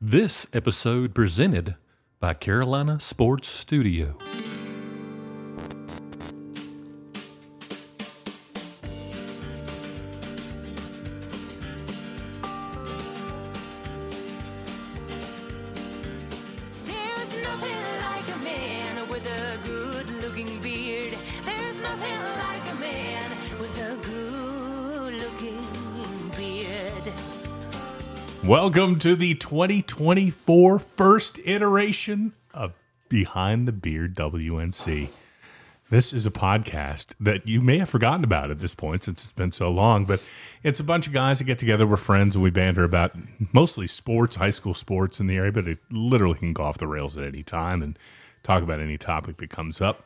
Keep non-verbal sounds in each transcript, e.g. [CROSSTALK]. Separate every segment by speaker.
Speaker 1: This episode presented by Carolina Sports Studio.
Speaker 2: There's nothing like a man with a good looking beard. There's nothing like a man with a good looking beard.
Speaker 3: Welcome to the 2024 first iteration of Behind the Beard WNC. This is a podcast that you may have forgotten about at this point since it's been so long, but it's a bunch of guys that get together. We're friends and we banter about mostly sports, high school sports in the area, but it literally can go off the rails at any time and talk about any topic that comes up.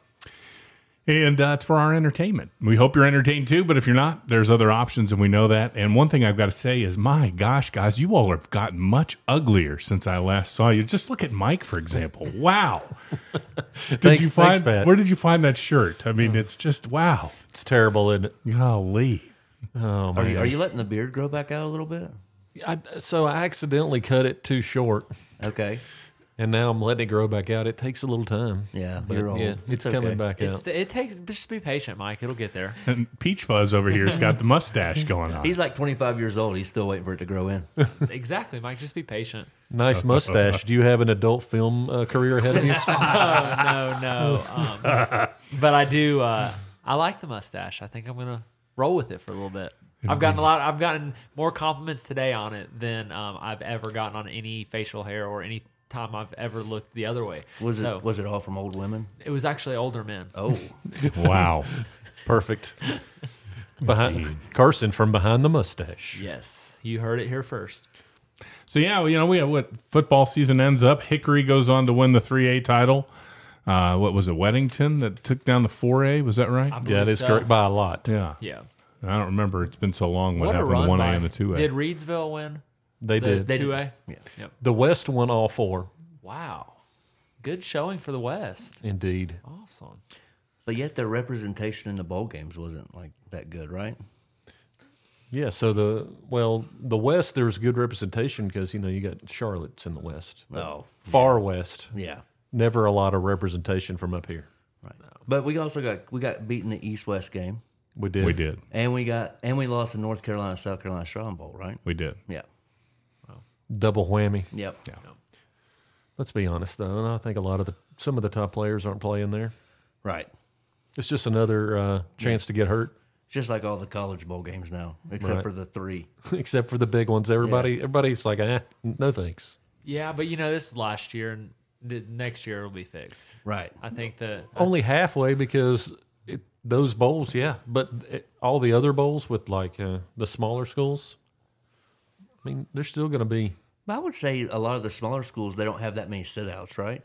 Speaker 3: And uh, it's for our entertainment. We hope you're entertained too, but if you're not, there's other options, and we know that. And one thing I've got to say is, my gosh, guys, you all have gotten much uglier since I last saw you. Just look at Mike, for example. Wow. did
Speaker 4: Thanks-
Speaker 3: you
Speaker 4: thanks,
Speaker 3: find
Speaker 4: Pat.
Speaker 3: where did you find that shirt? I mean, it's just wow.
Speaker 4: It's terrible, isn't it?
Speaker 3: Golly.
Speaker 4: Oh
Speaker 5: Are
Speaker 4: man!
Speaker 5: you, are you letting the beard grow back out a little bit?
Speaker 4: I, so I accidentally cut it too short,
Speaker 5: Okay.
Speaker 4: and now I'm letting it grow back out. It takes a little time.
Speaker 5: Yeah, you're old.
Speaker 4: Yeah, it's,
Speaker 5: It's okay.
Speaker 4: coming back
Speaker 6: It's
Speaker 4: out.
Speaker 6: it takes just be patient, Mike. It'll get
Speaker 3: [LAUGHS]
Speaker 6: there.
Speaker 3: And Peach Fuzz over here has got the mustache going on.
Speaker 5: He's like 25 years old. He's still waiting for it to grow in.
Speaker 6: exactly, Mike. Just be patient.
Speaker 4: nice mustache. Do you have an adult film uh, career ahead of you?
Speaker 6: No, no. Um, but I do. Uh, I like the mustache. I think I'm gonna roll with it for a little bit. I've gotten a lot. I've gotten more compliments today on it than um, I've ever gotten on any facial hair or any time I've ever looked the other way.
Speaker 5: Was
Speaker 6: [LAUGHS] so
Speaker 5: it was it all from old women?
Speaker 6: it was actually older men.
Speaker 5: Oh,
Speaker 3: wow.
Speaker 4: Perfect. Behind Carson from behind the mustache.
Speaker 6: Yes, you heard it here first.
Speaker 3: So yeah, well, you know, we have what football season ends up. Hickory goes on to win the 3A title. Uh, what was it, Weddington that took down the 4A? Was that right?
Speaker 6: I
Speaker 4: Yeah,
Speaker 6: believe
Speaker 4: that is
Speaker 6: so.
Speaker 4: correct by a lot.
Speaker 3: yeah.
Speaker 6: Yeah.
Speaker 3: I don't remember. It's been so long. What,
Speaker 6: What a
Speaker 3: happened to
Speaker 6: run!
Speaker 3: one A
Speaker 6: by-
Speaker 3: and the two A?
Speaker 6: Did Reedsville win?
Speaker 4: They
Speaker 6: The
Speaker 4: did.
Speaker 6: two A.
Speaker 5: Yeah.
Speaker 4: the West won all four.
Speaker 6: Wow. Good showing for the West.
Speaker 4: Indeed.
Speaker 6: Awesome.
Speaker 5: but yet their representation in the bowl games wasn't like that good, right?
Speaker 4: Yeah. So the well, the West there's good representation because you know you got Charlotte's in the West.
Speaker 5: No.
Speaker 4: Far West.
Speaker 5: Yeah,
Speaker 4: Never a lot of representation from up here.
Speaker 5: right. But we also got we got beaten the East West game,
Speaker 4: We did.
Speaker 3: we did.
Speaker 5: and we got and we lost the North Carolina South Carolina Strong Bowl, right?
Speaker 3: We did.
Speaker 5: Yeah.
Speaker 4: Double whammy.
Speaker 5: Yep.
Speaker 4: Let's be honest though, and I think a lot of the some of the top players aren't playing there.
Speaker 5: Right.
Speaker 4: It's just another uh, chance to get hurt, [LAUGHS]
Speaker 5: Just like all the college bowl games now, except
Speaker 4: Right.
Speaker 5: for the three.
Speaker 4: except for the big ones. Everybody, everybody's like, eh, no thanks.
Speaker 6: Yeah, but you know, this is last year, and the next year it'll be fixed.
Speaker 5: Right.
Speaker 6: I think that
Speaker 5: Oh.
Speaker 4: Only halfway because it, those bowls, yeah, but it, all the other bowls with like uh, the smaller schools. I mean, they're still going to be.
Speaker 5: But I would say a lot of the smaller schools they don't have that many sit-outs, right?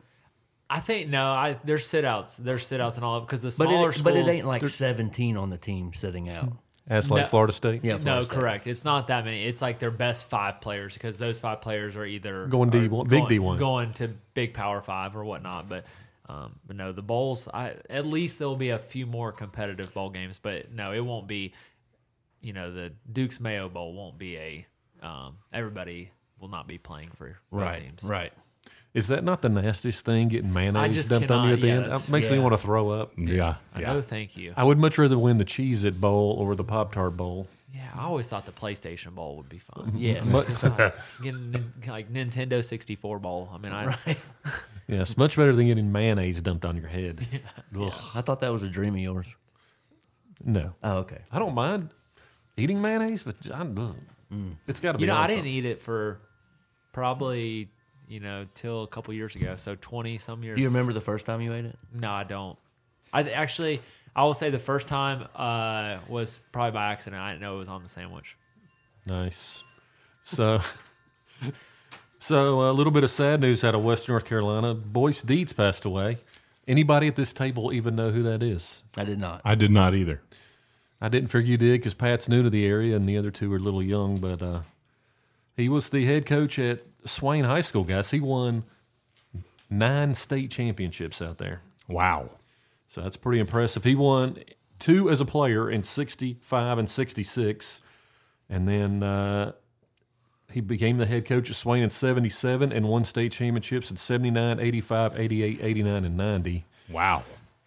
Speaker 6: I think no, I there's sit-outs, there's sit-outs and all because the
Speaker 5: But
Speaker 6: smaller
Speaker 5: it,
Speaker 6: schools.
Speaker 5: but it ain't like 17 on the team sitting out.
Speaker 4: As like
Speaker 6: No.
Speaker 4: Florida State,
Speaker 5: Yeah,
Speaker 6: no,
Speaker 5: Florida State.
Speaker 6: correct. It's not that many. It's like their best five players because those five players are either
Speaker 4: Going D
Speaker 6: are
Speaker 4: one- big
Speaker 6: going-
Speaker 4: D1.
Speaker 6: going to big Power Five or whatnot. But um, but no, the bowls. I at least there will be a few more competitive bowl games, but no, it won't be. You know, the Duke's Mayo Bowl won't be a. Um, everybody will not be playing for both teams.
Speaker 5: right.
Speaker 4: is that not the nastiest thing? Getting mayonnaise
Speaker 6: just
Speaker 4: dumped on you
Speaker 6: cannot-
Speaker 4: at the
Speaker 6: yeah,
Speaker 4: end
Speaker 6: that's-
Speaker 4: that makes me
Speaker 5: yeah.
Speaker 4: want to throw up.
Speaker 3: Yeah.
Speaker 6: I
Speaker 3: Yeah.
Speaker 6: know, thank you.
Speaker 4: I would much rather win the cheese at bowl or the Pop Tart bowl.
Speaker 6: Yeah, I always thought the PlayStation Bowl would be [LAUGHS] fun.
Speaker 5: Yes.
Speaker 4: But-
Speaker 6: It's like, getting nin- like Nintendo 64 Bowl. I mean, I [LAUGHS]
Speaker 4: Yes, much better than getting mayonnaise dumped on your
Speaker 6: [LAUGHS]
Speaker 4: head. Ugh.
Speaker 5: I thought that was a dream of yours.
Speaker 4: No,
Speaker 5: Oh, okay.
Speaker 4: I don't mind eating mayonnaise, but I, ugh. it's got to be.
Speaker 6: you know, I
Speaker 4: on
Speaker 6: didn't
Speaker 4: something.
Speaker 6: eat it for probably you know till a couple years ago. So 20 some years.
Speaker 5: Do you remember the first time you ate it?
Speaker 6: no, I don't. I th- actually, I will say the first time uh, was probably by accident. I didn't know it was on the sandwich.
Speaker 4: Nice. So, [LAUGHS] so a little bit of sad news out of West North Carolina. Boyce Deeds passed away. Anybody at this table even know who that is?
Speaker 5: I did not.
Speaker 3: I did not either.
Speaker 4: I didn't figure you did because Pat's new to the area and the other two are a little young, but uh, he was the head coach at Swain High School, guys. He won nine state championships out there.
Speaker 3: Wow.
Speaker 4: So that's pretty impressive. He won two as a player in 65 and 66. And then uh, He became the head coach at Swain in 77 and won state championships in 79, 85, 88, 89, and 90.
Speaker 3: Wow.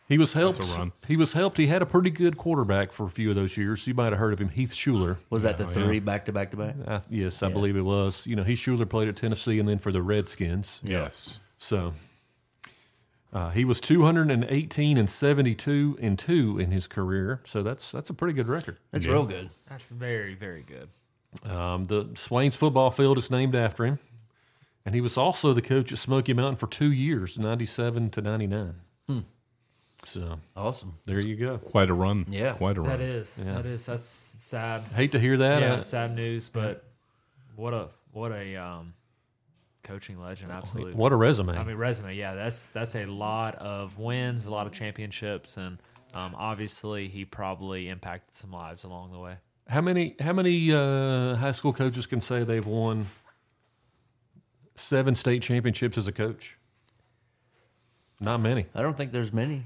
Speaker 4: He was helped.
Speaker 3: a run.
Speaker 4: He was helped. He had a pretty good quarterback for a few of those years. You might have heard of him, Heath Schuler.
Speaker 5: Was that the three back to back to back?
Speaker 4: I, yes, I believe it was. You know, Heath Schuler played at Tennessee and then for the Redskins.
Speaker 3: Yes.
Speaker 4: So uh, he was 218 and 72 and two in his career. So that's that's a pretty good record.
Speaker 5: That's real good.
Speaker 6: That's very, very good.
Speaker 4: Um, the Swains football field is named after him, and he was also the coach at Smoky Mountain for two years, 97 to 99. So
Speaker 5: Awesome.
Speaker 4: there you go.
Speaker 3: Quite a run.
Speaker 5: Yeah,
Speaker 3: Quite a
Speaker 6: That
Speaker 3: run.
Speaker 6: is. That is. That's sad.
Speaker 4: Hate to hear that.
Speaker 6: Yeah,
Speaker 4: I-
Speaker 6: it's sad news, but what a what a um, coaching legend. Absolutely.
Speaker 4: Uh, what a resume.
Speaker 6: I mean, resume. Yeah, that's that's a lot of wins, a lot of championships, and um, obviously he probably impacted some lives along the way.
Speaker 4: How many how many uh, high school coaches can say they've won seven state championships as a coach? Not many.
Speaker 5: I don't think there's many.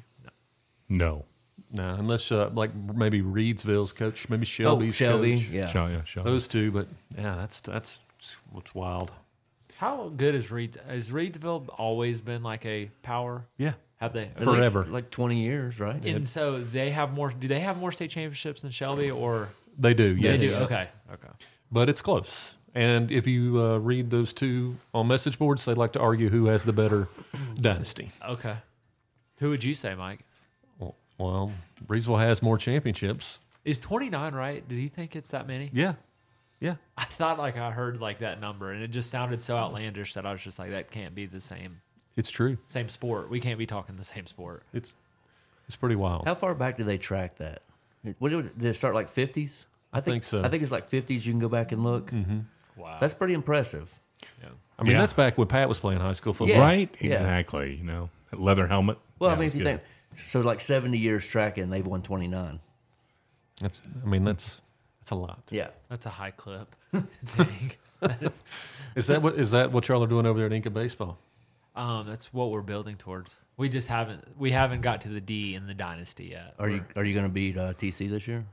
Speaker 3: No.
Speaker 4: No, unless uh, like maybe Reedsville's coach, maybe Shelby's
Speaker 5: oh, Shelby.
Speaker 4: coach.
Speaker 5: Yeah.
Speaker 3: Shall, yeah, shall.
Speaker 4: Those two, but yeah, that's that's what's wild.
Speaker 6: How good is Reed? Has Reedsville always been like a power?
Speaker 4: Yeah.
Speaker 6: Have they?
Speaker 5: At least,
Speaker 4: Forever.
Speaker 5: like 20 years, right?
Speaker 6: And so they have more. Do they have more state championships than Shelby, or
Speaker 4: They do, yes.
Speaker 6: they do? Okay, okay.
Speaker 4: But it's close. And if you uh, read those two on message boards, they like to argue who has the better dynasty.
Speaker 6: Okay. Who would you say, Mike?
Speaker 4: Well, well Reedsville has more championships.
Speaker 6: Is 29 right? Do you think it's that many?
Speaker 4: Yeah. Yeah.
Speaker 6: I thought like I heard like that number and it just sounded so outlandish that I was just like that can't be the same
Speaker 4: It's true.
Speaker 6: same sport. We can't be talking the same sport.
Speaker 4: It's it's pretty wild.
Speaker 5: How far back do they track that? What did did it start like 50s? I think,
Speaker 4: think so.
Speaker 5: I think it's like 50s. You can go back and look.
Speaker 6: Wow.
Speaker 5: So that's pretty impressive.
Speaker 4: I mean,
Speaker 3: Yeah.
Speaker 4: that's back when Pat was playing high school football.
Speaker 5: Yeah.
Speaker 3: Right?
Speaker 5: Yeah.
Speaker 3: Exactly. You know, that leather helmet.
Speaker 5: Well,
Speaker 3: Yeah,
Speaker 5: I mean,
Speaker 3: it's
Speaker 5: if you
Speaker 3: good.
Speaker 5: think so, like 70 years tracking, they've won 29.
Speaker 4: That's I mean, that's that's a lot.
Speaker 5: Yeah.
Speaker 6: That's a high clip. [LAUGHS] Dang. that's
Speaker 4: Is that what is that what y'all are doing over there at Inca Baseball?
Speaker 6: um that's what we're building towards. We just haven't we haven't got to the D in the dynasty yet.
Speaker 5: Are you are you going to beat uh, TC this year?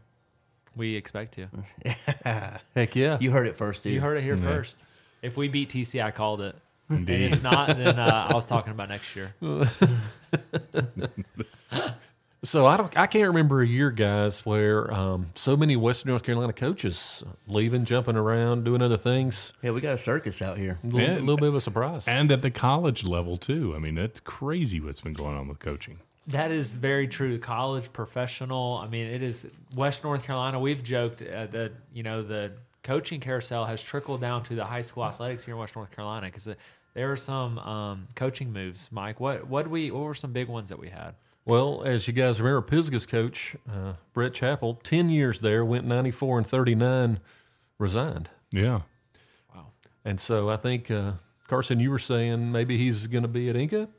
Speaker 6: We expect to.
Speaker 4: Heck yeah.
Speaker 5: You heard it first, dude.
Speaker 6: You heard it here first. If we beat TC, I called it. And if not, then uh, I was talking about next year.
Speaker 4: So I don't I can't remember a year, guys, where um, so many Western North Carolina coaches leaving, jumping around, doing other things.
Speaker 5: Yeah, we got a circus out here.
Speaker 4: A little,
Speaker 3: Yeah.
Speaker 4: little bit of a surprise.
Speaker 3: And at the college level, too. I mean, that's crazy what's been going on with coaching.
Speaker 6: That is very true. College, professional. I mean, it is West North Carolina. We've joked uh, that you know the coaching carousel has trickled down to the high school athletics here in West North Carolina because there are some um, coaching moves. Mike, what what we what were some big ones that we had?
Speaker 4: well, as you guys remember, Pisgah's coach uh, Brett Chappell, ten years there, went ninety four and thirty nine, resigned.
Speaker 3: Yeah.
Speaker 4: And so I think uh, Carson, you were saying maybe he's going to be at Inca.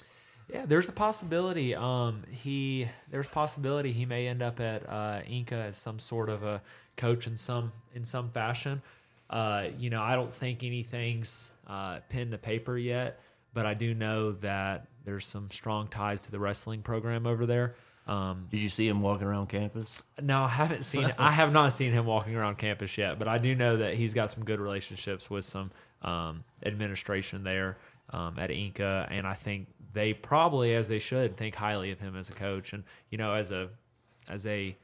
Speaker 6: Yeah, there's a possibility. Um, he there's possibility he may end up at uh, Inca as some sort of a coach in some in some fashion. Uh, you know, I don't think anything's uh, pinned to paper yet, but I do know that there's some strong ties to the wrestling program over there. Um,
Speaker 5: Did you see him walking around campus?
Speaker 6: no, I haven't seen. I have not seen him walking around campus yet, but I do know that he's got some good relationships with some um, administration there um, at Inca, and I think they probably, as they should, think highly of him as a coach, and you know, as a as a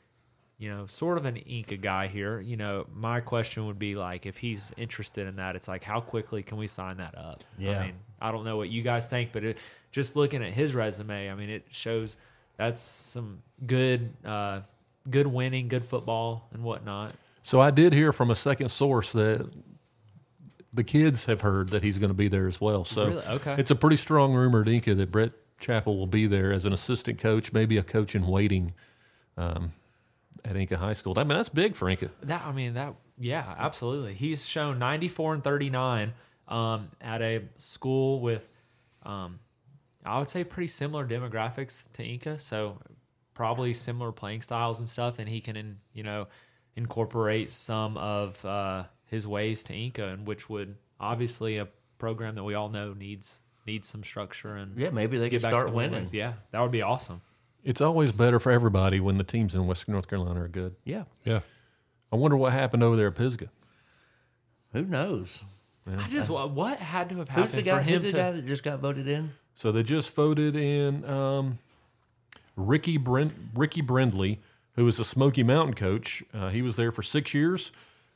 Speaker 6: you know, sort of an Inca guy here. You know, my question would be like, if he's interested in that, it's like, how quickly can we sign that up?
Speaker 5: Yeah.
Speaker 6: I mean, I don't know what you guys think, but it, just looking at his resume, I mean, it shows that's some good, uh, good winning, good football and whatnot.
Speaker 4: So I did hear from a second source that the kids have heard that he's going to be there as well. So
Speaker 6: Really? Okay.
Speaker 4: it's a pretty strong rumor at Inca that Brett Chappell will be there as an assistant coach, maybe a coach in waiting um, at Inca High School. I mean, that's big for Inca.
Speaker 6: That I mean that yeah, absolutely. He's shown 94 and 39 um, at a school with um, I would say pretty similar demographics to Inca, so probably similar playing styles and stuff and he can in, you know incorporate some of uh, his ways to Inca and which would obviously a program that we all know needs needs some structure and
Speaker 5: Yeah, maybe they could
Speaker 6: get back to
Speaker 5: start
Speaker 6: the
Speaker 5: winning.
Speaker 6: ways. Yeah, that would be awesome.
Speaker 4: It's always better for everybody when the teams in Western North Carolina are good.
Speaker 5: Yeah.
Speaker 3: Yeah.
Speaker 4: I wonder what happened over there at Pisgah.
Speaker 5: Who knows?
Speaker 6: I just wa- what had to have happened
Speaker 5: Who's the guy?
Speaker 6: for
Speaker 5: Who's
Speaker 6: him
Speaker 5: the
Speaker 6: to?
Speaker 5: guy that just got voted in?
Speaker 4: So they just voted in um, Ricky Brent, Ricky Brindley, who was a Smoky Mountain coach. Uh, he was there for six years,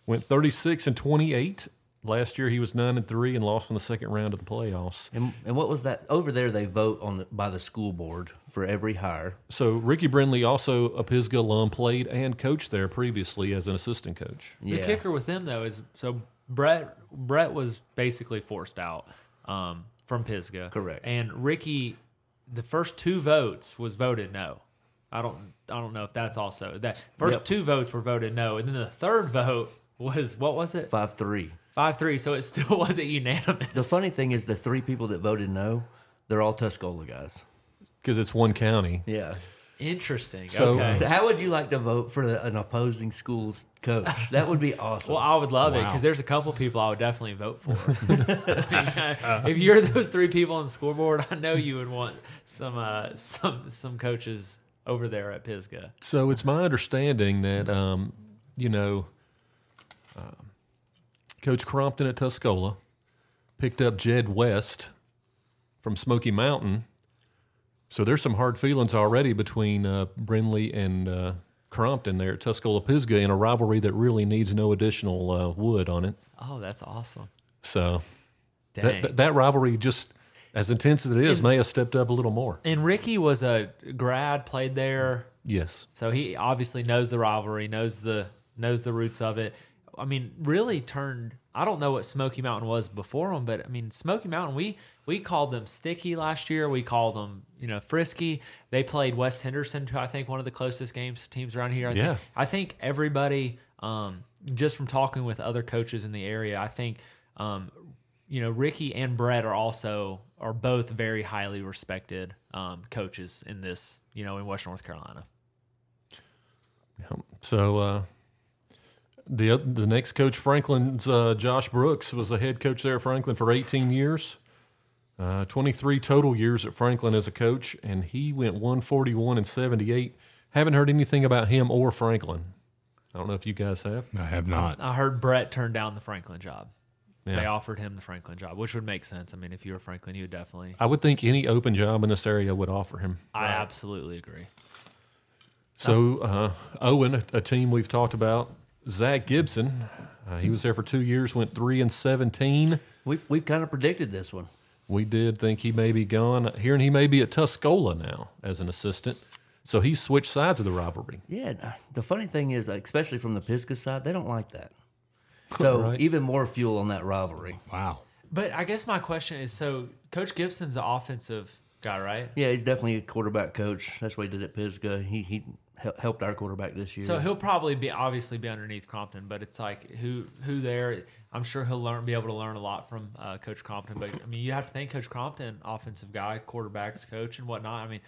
Speaker 4: went 36 and 28. Last year he was nine and three and lost in the second round of the playoffs.
Speaker 5: And, and what was that over there? They vote on the, by the school board for every hire.
Speaker 4: So Ricky Brindley, also a Pisgah alum, played and coached there previously as an assistant coach.
Speaker 5: Yeah,
Speaker 6: The kicker with them though is so Brett Brett was basically forced out um, from Pisgah.
Speaker 5: Correct.
Speaker 6: And Ricky, the first two votes was voted no. I don't I don't know if that's also that first
Speaker 5: Yep.
Speaker 6: two votes were voted no, and then the third vote was what was it
Speaker 5: five three.
Speaker 6: five three? So it still [LAUGHS] wasn't unanimous.
Speaker 5: The funny thing is, the three people that voted no, they're all Tuscola guys.
Speaker 4: Because it's one county.
Speaker 5: Yeah.
Speaker 6: Interesting.
Speaker 4: So-
Speaker 6: okay.
Speaker 5: So how would you like to vote for the, an opposing school's coach? That would
Speaker 6: [LAUGHS]
Speaker 5: be awesome.
Speaker 6: Well, I would love it 'cause it
Speaker 3: Wow.
Speaker 6: because there's a couple people I would definitely vote for. [LAUGHS] if you're those three people on the scoreboard, I know you would want some uh, some some coaches over there at Pisgah.
Speaker 4: So it's my understanding that, um, you know, um, Coach Crompton at Tuscola picked up Jed West from Smoky Mountain. So there's some hard feelings already between uh, Brindley and uh, Crompton there at Tuscola Pisgah in a rivalry that really needs no additional uh, wood on it.
Speaker 6: Oh, that's awesome!
Speaker 4: So
Speaker 6: Dang.
Speaker 4: that, that, that rivalry, just as intense as it is, may have stepped up a little more.
Speaker 6: and Ricky was a grad, played there,
Speaker 4: Yes.
Speaker 6: so he obviously knows the rivalry, knows the knows the roots of it. I mean, really turned. I don't know what Smoky Mountain was before him, but I mean, Smoky Mountain. We we called them sticky last year. We called them you know frisky. They played West Henderson, who I think one of the closest games teams around here. I
Speaker 4: Yeah.
Speaker 6: think, I think everybody, um, just from talking with other coaches in the area, I think um, you know Ricky and Brett are also are both very highly respected um, coaches in this you know in Western North Carolina.
Speaker 4: So uh, the the next coach Franklin's uh, Josh Brooks was the head coach there at Franklin for 18 years, uh, 23 total years at Franklin as a coach, and he went 141 and 78. Haven't heard anything about him or Franklin. I don't know if you guys have.
Speaker 3: I have not.
Speaker 6: I heard Brett turned down the Franklin job. They
Speaker 4: Yeah.
Speaker 6: offered him the Franklin job, which would make sense. I mean, if you were Franklin, you would definitely.
Speaker 4: I would think any open job in this area would offer him.
Speaker 6: I absolutely agree.
Speaker 4: So uh, Owen, a- a team we've talked about, Zach Gibson, uh, he was there for two years, went three and 17.
Speaker 5: we we kind of predicted this one.
Speaker 4: We did think he may be gone. Hearing he may be at Tuscola now as an assistant. So he switched sides of the rivalry.
Speaker 5: Yeah. and, uh, The funny thing is, like, especially from the Pisgah side, they don't like that. So
Speaker 4: Right.
Speaker 5: even more fuel on that rivalry.
Speaker 3: Wow.
Speaker 6: But I guess my question is: so Coach Gibson's the offensive guy, right?
Speaker 5: Yeah, he's definitely a quarterback coach. That's what he did at Pisgah. He he hel- helped our quarterback this year.
Speaker 6: So he'll probably be obviously be underneath Crompton, but it's like who who there? I'm sure he'll learn, be able to learn a lot from uh, Coach Crompton. But I mean, you have to think Coach Crompton, offensive guy, quarterbacks coach, and whatnot. I mean,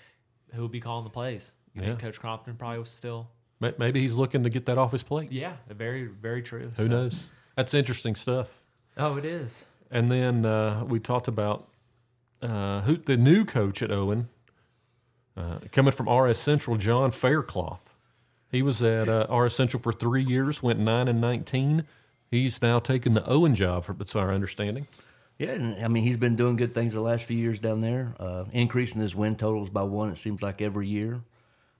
Speaker 6: who would be calling the plays? You think
Speaker 4: Yeah.
Speaker 6: Coach Crompton probably was still?
Speaker 4: May- Maybe he's looking to get that off his plate.
Speaker 6: Yeah, very very true.
Speaker 4: Who knows? That's interesting stuff.
Speaker 6: Oh, it is.
Speaker 4: And then uh, we talked about uh, who the new coach at Owen, uh, coming from RS Central, John Faircloth. He was at uh, RS Central for three years, went nine and nineteen. He's now taken the Owen job, for, it's our understanding.
Speaker 5: yeah, and I mean he's been doing good things the last few years down there, uh, increasing his win totals by one. It seems like every year.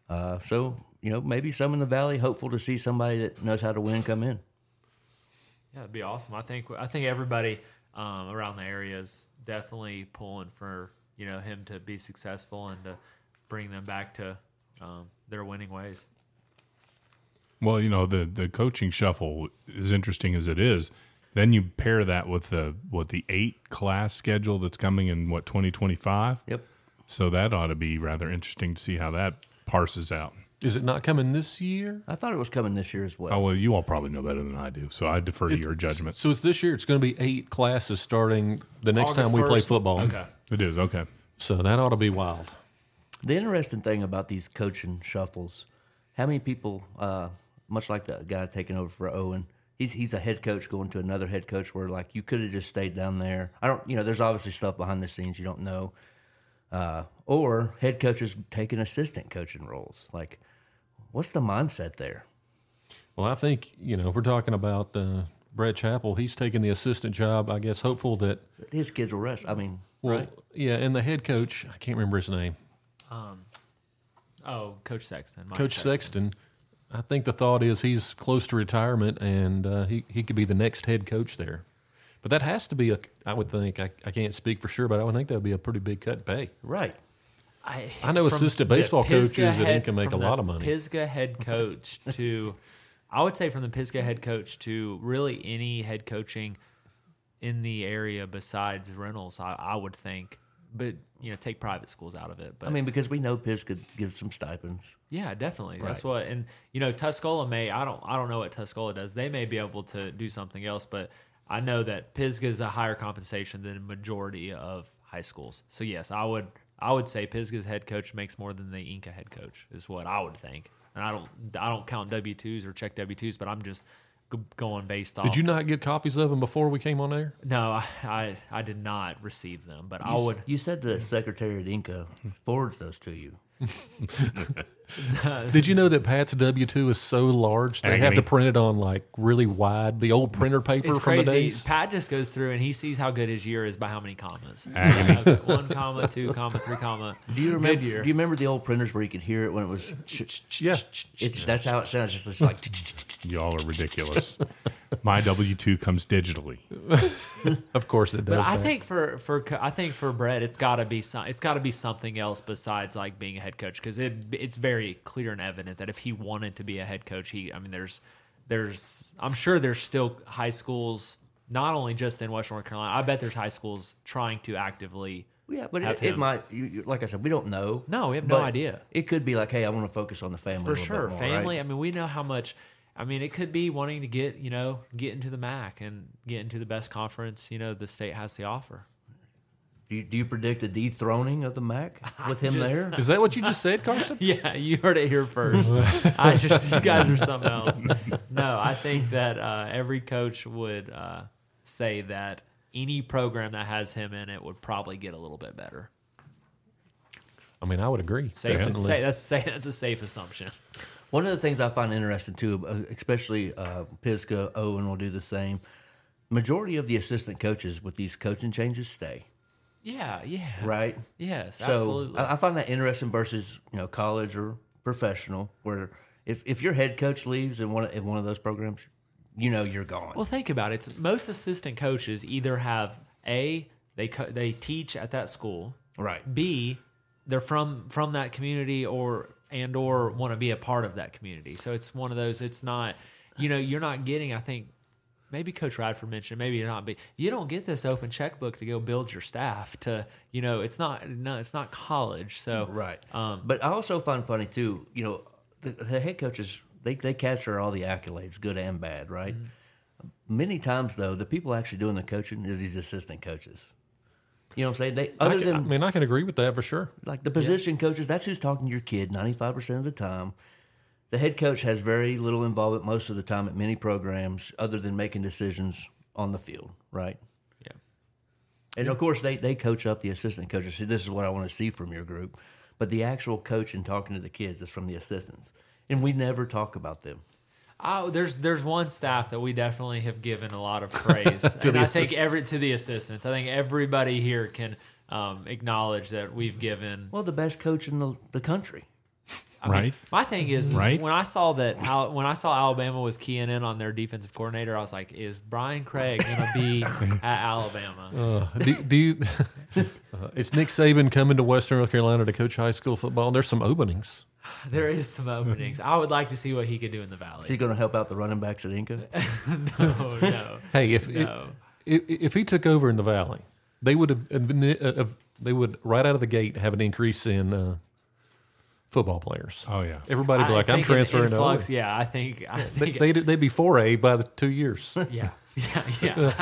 Speaker 5: Uh, so you know maybe some in the valley hopeful to see somebody that knows how to win come in.
Speaker 6: Yeah, it'd be awesome. I think I think everybody um, around the area is definitely pulling for you know him to be successful and to bring them back to um, their winning ways.
Speaker 3: Well, you know the the coaching shuffle, as interesting as it is, then you pair that with the what the eight class schedule that's coming in what twenty twenty five.
Speaker 5: Yep.
Speaker 3: So that ought to be rather interesting to see how that parses out.
Speaker 4: Is it not coming this year?
Speaker 5: I thought it was coming this year as well.
Speaker 3: Oh well, you all probably know better than I do, so I defer to your judgment.
Speaker 4: So it's this year. It's going to be eight classes starting the next
Speaker 6: August
Speaker 4: time we play
Speaker 6: 1st.
Speaker 4: football.
Speaker 3: It is okay.
Speaker 4: So that ought to be wild.
Speaker 5: The interesting thing about these coaching shuffles, how many people, uh, much like the guy taking over for Owen, he's he's a head coach going to another head coach where like you could have just stayed down there. I don't, you know, there's obviously stuff behind the scenes you don't know, uh, or head coaches taking assistant coaching roles. Like, what's the mindset there?
Speaker 4: Well, I think you know if we're talking about uh, Brett Chappell, he's taking the assistant job. I guess hopeful that
Speaker 5: His kids will rest. I mean,
Speaker 4: well,
Speaker 5: right?
Speaker 4: yeah, and the head coach, I can't remember his name,
Speaker 6: Oh, Coach Sexton. Mike
Speaker 4: Coach Sexton. I think the thought is he's close to retirement and uh, he he could be the next head coach there. But that has to be a, I would think, I, I can't speak for sure, but I would think that would be a pretty big cut in pay.
Speaker 5: Right.
Speaker 6: I,
Speaker 4: I know
Speaker 6: from
Speaker 4: assistant
Speaker 6: the
Speaker 4: baseball coaches
Speaker 6: Pisgah
Speaker 4: that
Speaker 6: head-
Speaker 4: can make a
Speaker 6: from the
Speaker 4: lot of money.
Speaker 6: Pisgah head
Speaker 4: [LAUGHS]
Speaker 6: coach to, I would say, from the Pisgah head coach to really any head coaching in the area besides Reynolds, I, I would think. But you know, take private schools out of it. But
Speaker 5: I mean, because we know Piss could give some stipends.
Speaker 6: yeah, definitely. That's what, and you know, Tuscola may. I don't. I don't know what Tuscola does. They may be able to do something else, but I know that Pisgah is a higher compensation than a majority of high schools. So yes, I would. I would say Pisgah's head coach makes more than the Inca head coach is what I would think. And I don't. I don't count W twos or check W twos, but I'm just g- going based off.
Speaker 4: Did you not get copies of them before we came on air?
Speaker 6: No, I. I, I did not receive them, but I
Speaker 5: You s-
Speaker 6: would.
Speaker 5: You said the secretary at Inca forwards those to you.
Speaker 4: Did you know that Pat's W two is so large they have
Speaker 3: Agony.
Speaker 4: to print it on like really wide, the old printer paper
Speaker 6: It's
Speaker 4: from the
Speaker 6: crazy.
Speaker 4: days?
Speaker 6: Pat just goes through and he sees how good his year is by how
Speaker 4: [LAUGHS]
Speaker 6: many commas.
Speaker 3: Agony.
Speaker 6: Okay, one comma, two comma, three comma.
Speaker 5: Do you remember?
Speaker 6: Good year.
Speaker 5: Do you remember the old printers where you could hear it when it was?
Speaker 4: Yeah,
Speaker 5: It, that's how it sounds. Just it's like
Speaker 3: Y'all are ridiculous. [LAUGHS] My W two comes digitally.
Speaker 4: of course it does.
Speaker 6: but I
Speaker 4: Pat.
Speaker 6: think for for co- I think for Brett, it's got to be some, it's got to be something else besides like being a head coach because it it's very clear and evident that if he wanted to be a head coach, he I mean there's there's I'm sure there's still high schools not only just in West North Carolina. I bet there's high schools trying to actively
Speaker 5: yeah, but
Speaker 6: Have
Speaker 5: it, it
Speaker 6: him.
Speaker 5: might. You, you, like I said, we don't know.
Speaker 6: No, we have no
Speaker 5: But
Speaker 6: idea.
Speaker 5: It could be like, hey, I want to focus on the family a
Speaker 6: for
Speaker 5: little bit more,
Speaker 6: sure
Speaker 5: right?
Speaker 6: family i mean we know how much i mean it could be wanting to get you know get into the mac and get into the best conference you know the state has to offer [LAUGHS]
Speaker 5: Do you, do you predict a dethroning of the
Speaker 6: [LAUGHS]
Speaker 5: Mac with him there?
Speaker 4: is that what you just said, Carson?
Speaker 6: yeah you heard it
Speaker 5: [LAUGHS]
Speaker 6: here first i just you guys are something else no i think that uh, every coach would uh, say that any program that has him in it would probably get a little bit better
Speaker 4: I mean, I would agree.
Speaker 6: safe,
Speaker 4: definitely.
Speaker 6: say, that's, say, that's a safe assumption
Speaker 5: One of the things I find interesting too, uh, especially uh, Pisgah, Owen will do the same. Majority of the assistant coaches with these coaching changes stay,
Speaker 6: yeah yeah
Speaker 5: right?
Speaker 6: yes
Speaker 5: So
Speaker 6: absolutely
Speaker 5: I, I find that interesting versus you know college or professional, where if, if your head coach leaves in one of- in one of those programs, you know you're gone.
Speaker 6: Well, think about it. It's- Most assistant coaches either have a they co- they teach at that school,
Speaker 5: right.
Speaker 6: b they're from from that community or and or want to be a part of that community. So it's one of those. It's not you know you're not getting. I think maybe Coach Radford mentioned maybe you're not. But you don't get this open checkbook to go build your staff. To you know it's not no it's not college. So
Speaker 5: Right.
Speaker 4: Um,
Speaker 5: but I also find funny too, you know, the, the head coaches they they capture all the accolades, good and bad, right?
Speaker 4: Mm-hmm.
Speaker 5: Many times though, the people actually doing the coaching is these assistant coaches. You know what I'm saying? They
Speaker 4: I,
Speaker 5: other
Speaker 4: can- I
Speaker 5: than
Speaker 4: mean, I can agree with that for sure.
Speaker 5: like the position coaches, that's who's talking to your kid 95% of the time. The head coach has very little involvement most of the time at many programs other than making decisions on the field, right?
Speaker 6: yeah.
Speaker 5: And of course, they, they coach up the assistant coaches. See, this is what I want to see from your group. But the actual coach and talking to the kids is from the assistants. And we never talk about them.
Speaker 6: Oh, there's there's one staff that we definitely have given a lot
Speaker 4: [LAUGHS]
Speaker 6: of praise, and
Speaker 4: the
Speaker 6: I think
Speaker 4: assistants.
Speaker 6: every to the assistants. I think everybody here can um, acknowledge that we've given.
Speaker 5: Well, the best coach in the, the country.
Speaker 3: right?
Speaker 6: My thing is, is
Speaker 3: Right.
Speaker 6: when I saw that Al- when I saw Alabama was keying in on their defensive coordinator, I was like, is Brian Craig gonna be
Speaker 4: [LAUGHS]
Speaker 6: at Alabama?
Speaker 4: do, do you? [LAUGHS] Uh, it's Nick Saban coming to Western North Carolina to coach high school football. And there's some openings.
Speaker 6: There is some openings. I would like to see what he could do in the
Speaker 5: Is he
Speaker 6: valley.
Speaker 5: going to help out the running backs at Inca?
Speaker 6: Oh no.
Speaker 4: Hey, if
Speaker 6: No.
Speaker 4: if, if he took over in the Valley, they would have, admi- uh, of- they would right out of the gate have an increase in uh, football players.
Speaker 3: Oh yeah.
Speaker 4: Everybody would be like,
Speaker 6: I
Speaker 4: I'm
Speaker 6: think an
Speaker 4: transferring to
Speaker 6: influx,
Speaker 4: Owen."
Speaker 6: Yeah, I think I
Speaker 4: They-
Speaker 6: think
Speaker 4: They'd, they'd be 4A by the two
Speaker 6: [LAUGHS]
Speaker 4: years.
Speaker 6: Yeah, yeah,
Speaker 4: [LAUGHS]
Speaker 6: yeah.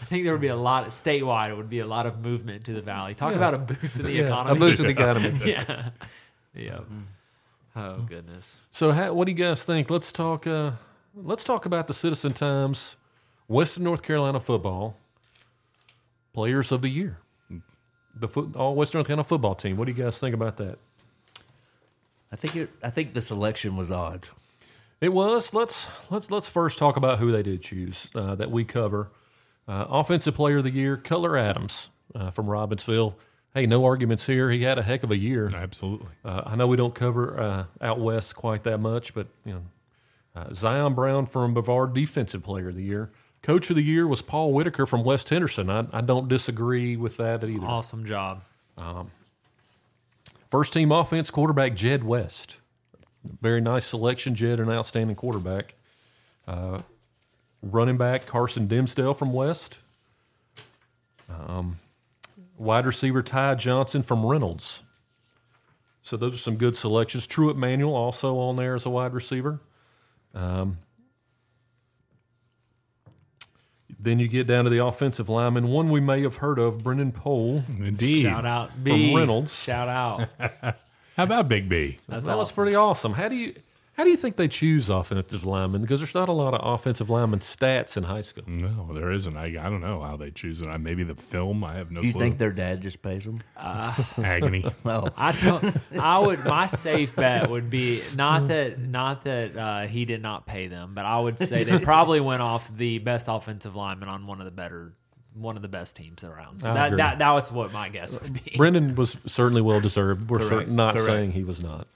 Speaker 6: I think there would be a lot statewide. It would be a lot of movement to the valley. Talk about a boost to the
Speaker 4: Yeah,
Speaker 6: economy.
Speaker 4: I'm losing the economy.
Speaker 6: [LAUGHS] yeah, yeah.
Speaker 4: Mm-hmm.
Speaker 6: Oh goodness.
Speaker 4: So, how, what do you guys think? Let's talk. Uh, let's talk about the Citizen Times, Western North Carolina football players of the year, the foot, all Western North Carolina football team. What do you guys think about that?
Speaker 5: I think it, I think the selection was odd.
Speaker 4: It was. Let's let's let's first talk about who they did choose uh, that we cover. Uh, offensive player of the year, Cutler Adams uh, from Robbinsville. Hey, no arguments here. He had a heck of a year.
Speaker 3: Absolutely.
Speaker 4: Uh, I know we don't cover uh, out west quite that much, but you know, uh, Zion Brown from Brevard, defensive player of the year. Coach of the year was Paul Whitaker from West Henderson. I, I don't disagree with that either.
Speaker 6: Awesome job.
Speaker 4: First team offense quarterback Jed West. Very nice selection, Jed, an outstanding quarterback. Uh, running back Carson Dimsdale from West. Um, wide receiver Ty Johnson from Reynolds. So those are some good selections. Truett Manuel also on there as a wide receiver. Um, then you get down to the offensive lineman, one we may have heard of, Brendan Pole.
Speaker 3: Indeed.
Speaker 6: Shout out B.
Speaker 4: Reynolds.
Speaker 6: Shout out.
Speaker 3: How about Big B?
Speaker 6: That's
Speaker 4: Well,
Speaker 6: awesome.
Speaker 4: that's pretty awesome. How do you how do you think they choose offensive linemen? Because there's not a lot of offensive lineman stats in high school.
Speaker 3: No, there isn't. I, I don't know how they choose it. I, maybe the film. I have no
Speaker 5: Do you
Speaker 3: clue.
Speaker 5: think their dad just pays them?
Speaker 3: Agony.
Speaker 5: No.
Speaker 6: I don't, I would my safe bet would be
Speaker 4: Mm.
Speaker 6: not that not that uh, he did not pay them, but I would say they probably went off the best offensive lineman on one of the better one of the best teams around. So
Speaker 4: I
Speaker 6: that,
Speaker 4: agree.
Speaker 6: that that was what my guess would be.
Speaker 4: Brendan was certainly well deserved. We're cer- not
Speaker 3: correct.
Speaker 4: saying he was not.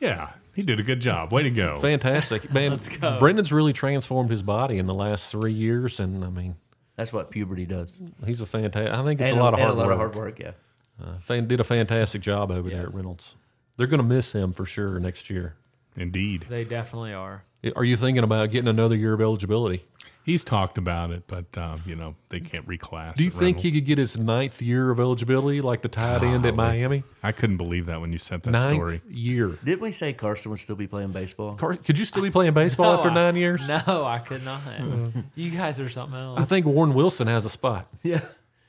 Speaker 3: yeah, he did a good job. Way to go.
Speaker 4: Fantastic. Man,
Speaker 6: Let's go.
Speaker 4: Brendan's really transformed his body in the last three years, and I mean,
Speaker 5: That's what puberty does.
Speaker 4: he's a fantastic. I think it's
Speaker 5: And
Speaker 4: a lot of
Speaker 5: and
Speaker 4: hard
Speaker 5: a lot
Speaker 4: work.
Speaker 5: of hard work. Yeah.
Speaker 4: Fan- did a fantastic job over there at Reynolds. They're going to miss him for sure next year.
Speaker 3: Indeed.
Speaker 6: They definitely are.
Speaker 4: Are you thinking about getting another year of eligibility?
Speaker 3: He's talked about it, but, um, you know, they can't reclass.
Speaker 4: Do you
Speaker 3: at
Speaker 4: think
Speaker 3: Reynolds.
Speaker 4: he could get his ninth year of eligibility, like the tight end at Miami?
Speaker 3: I couldn't believe that when you sent that
Speaker 4: Ninth
Speaker 3: story.
Speaker 4: year.
Speaker 5: Didn't we say Carson would still be playing baseball?
Speaker 4: Car- could you still be playing baseball
Speaker 6: No,
Speaker 4: after
Speaker 6: Oh,
Speaker 5: Oh,
Speaker 6: I-
Speaker 4: nine years?
Speaker 6: No, I could not. you guys are something
Speaker 4: I
Speaker 6: else.
Speaker 4: think Warren Wilson has a spot.
Speaker 5: yeah.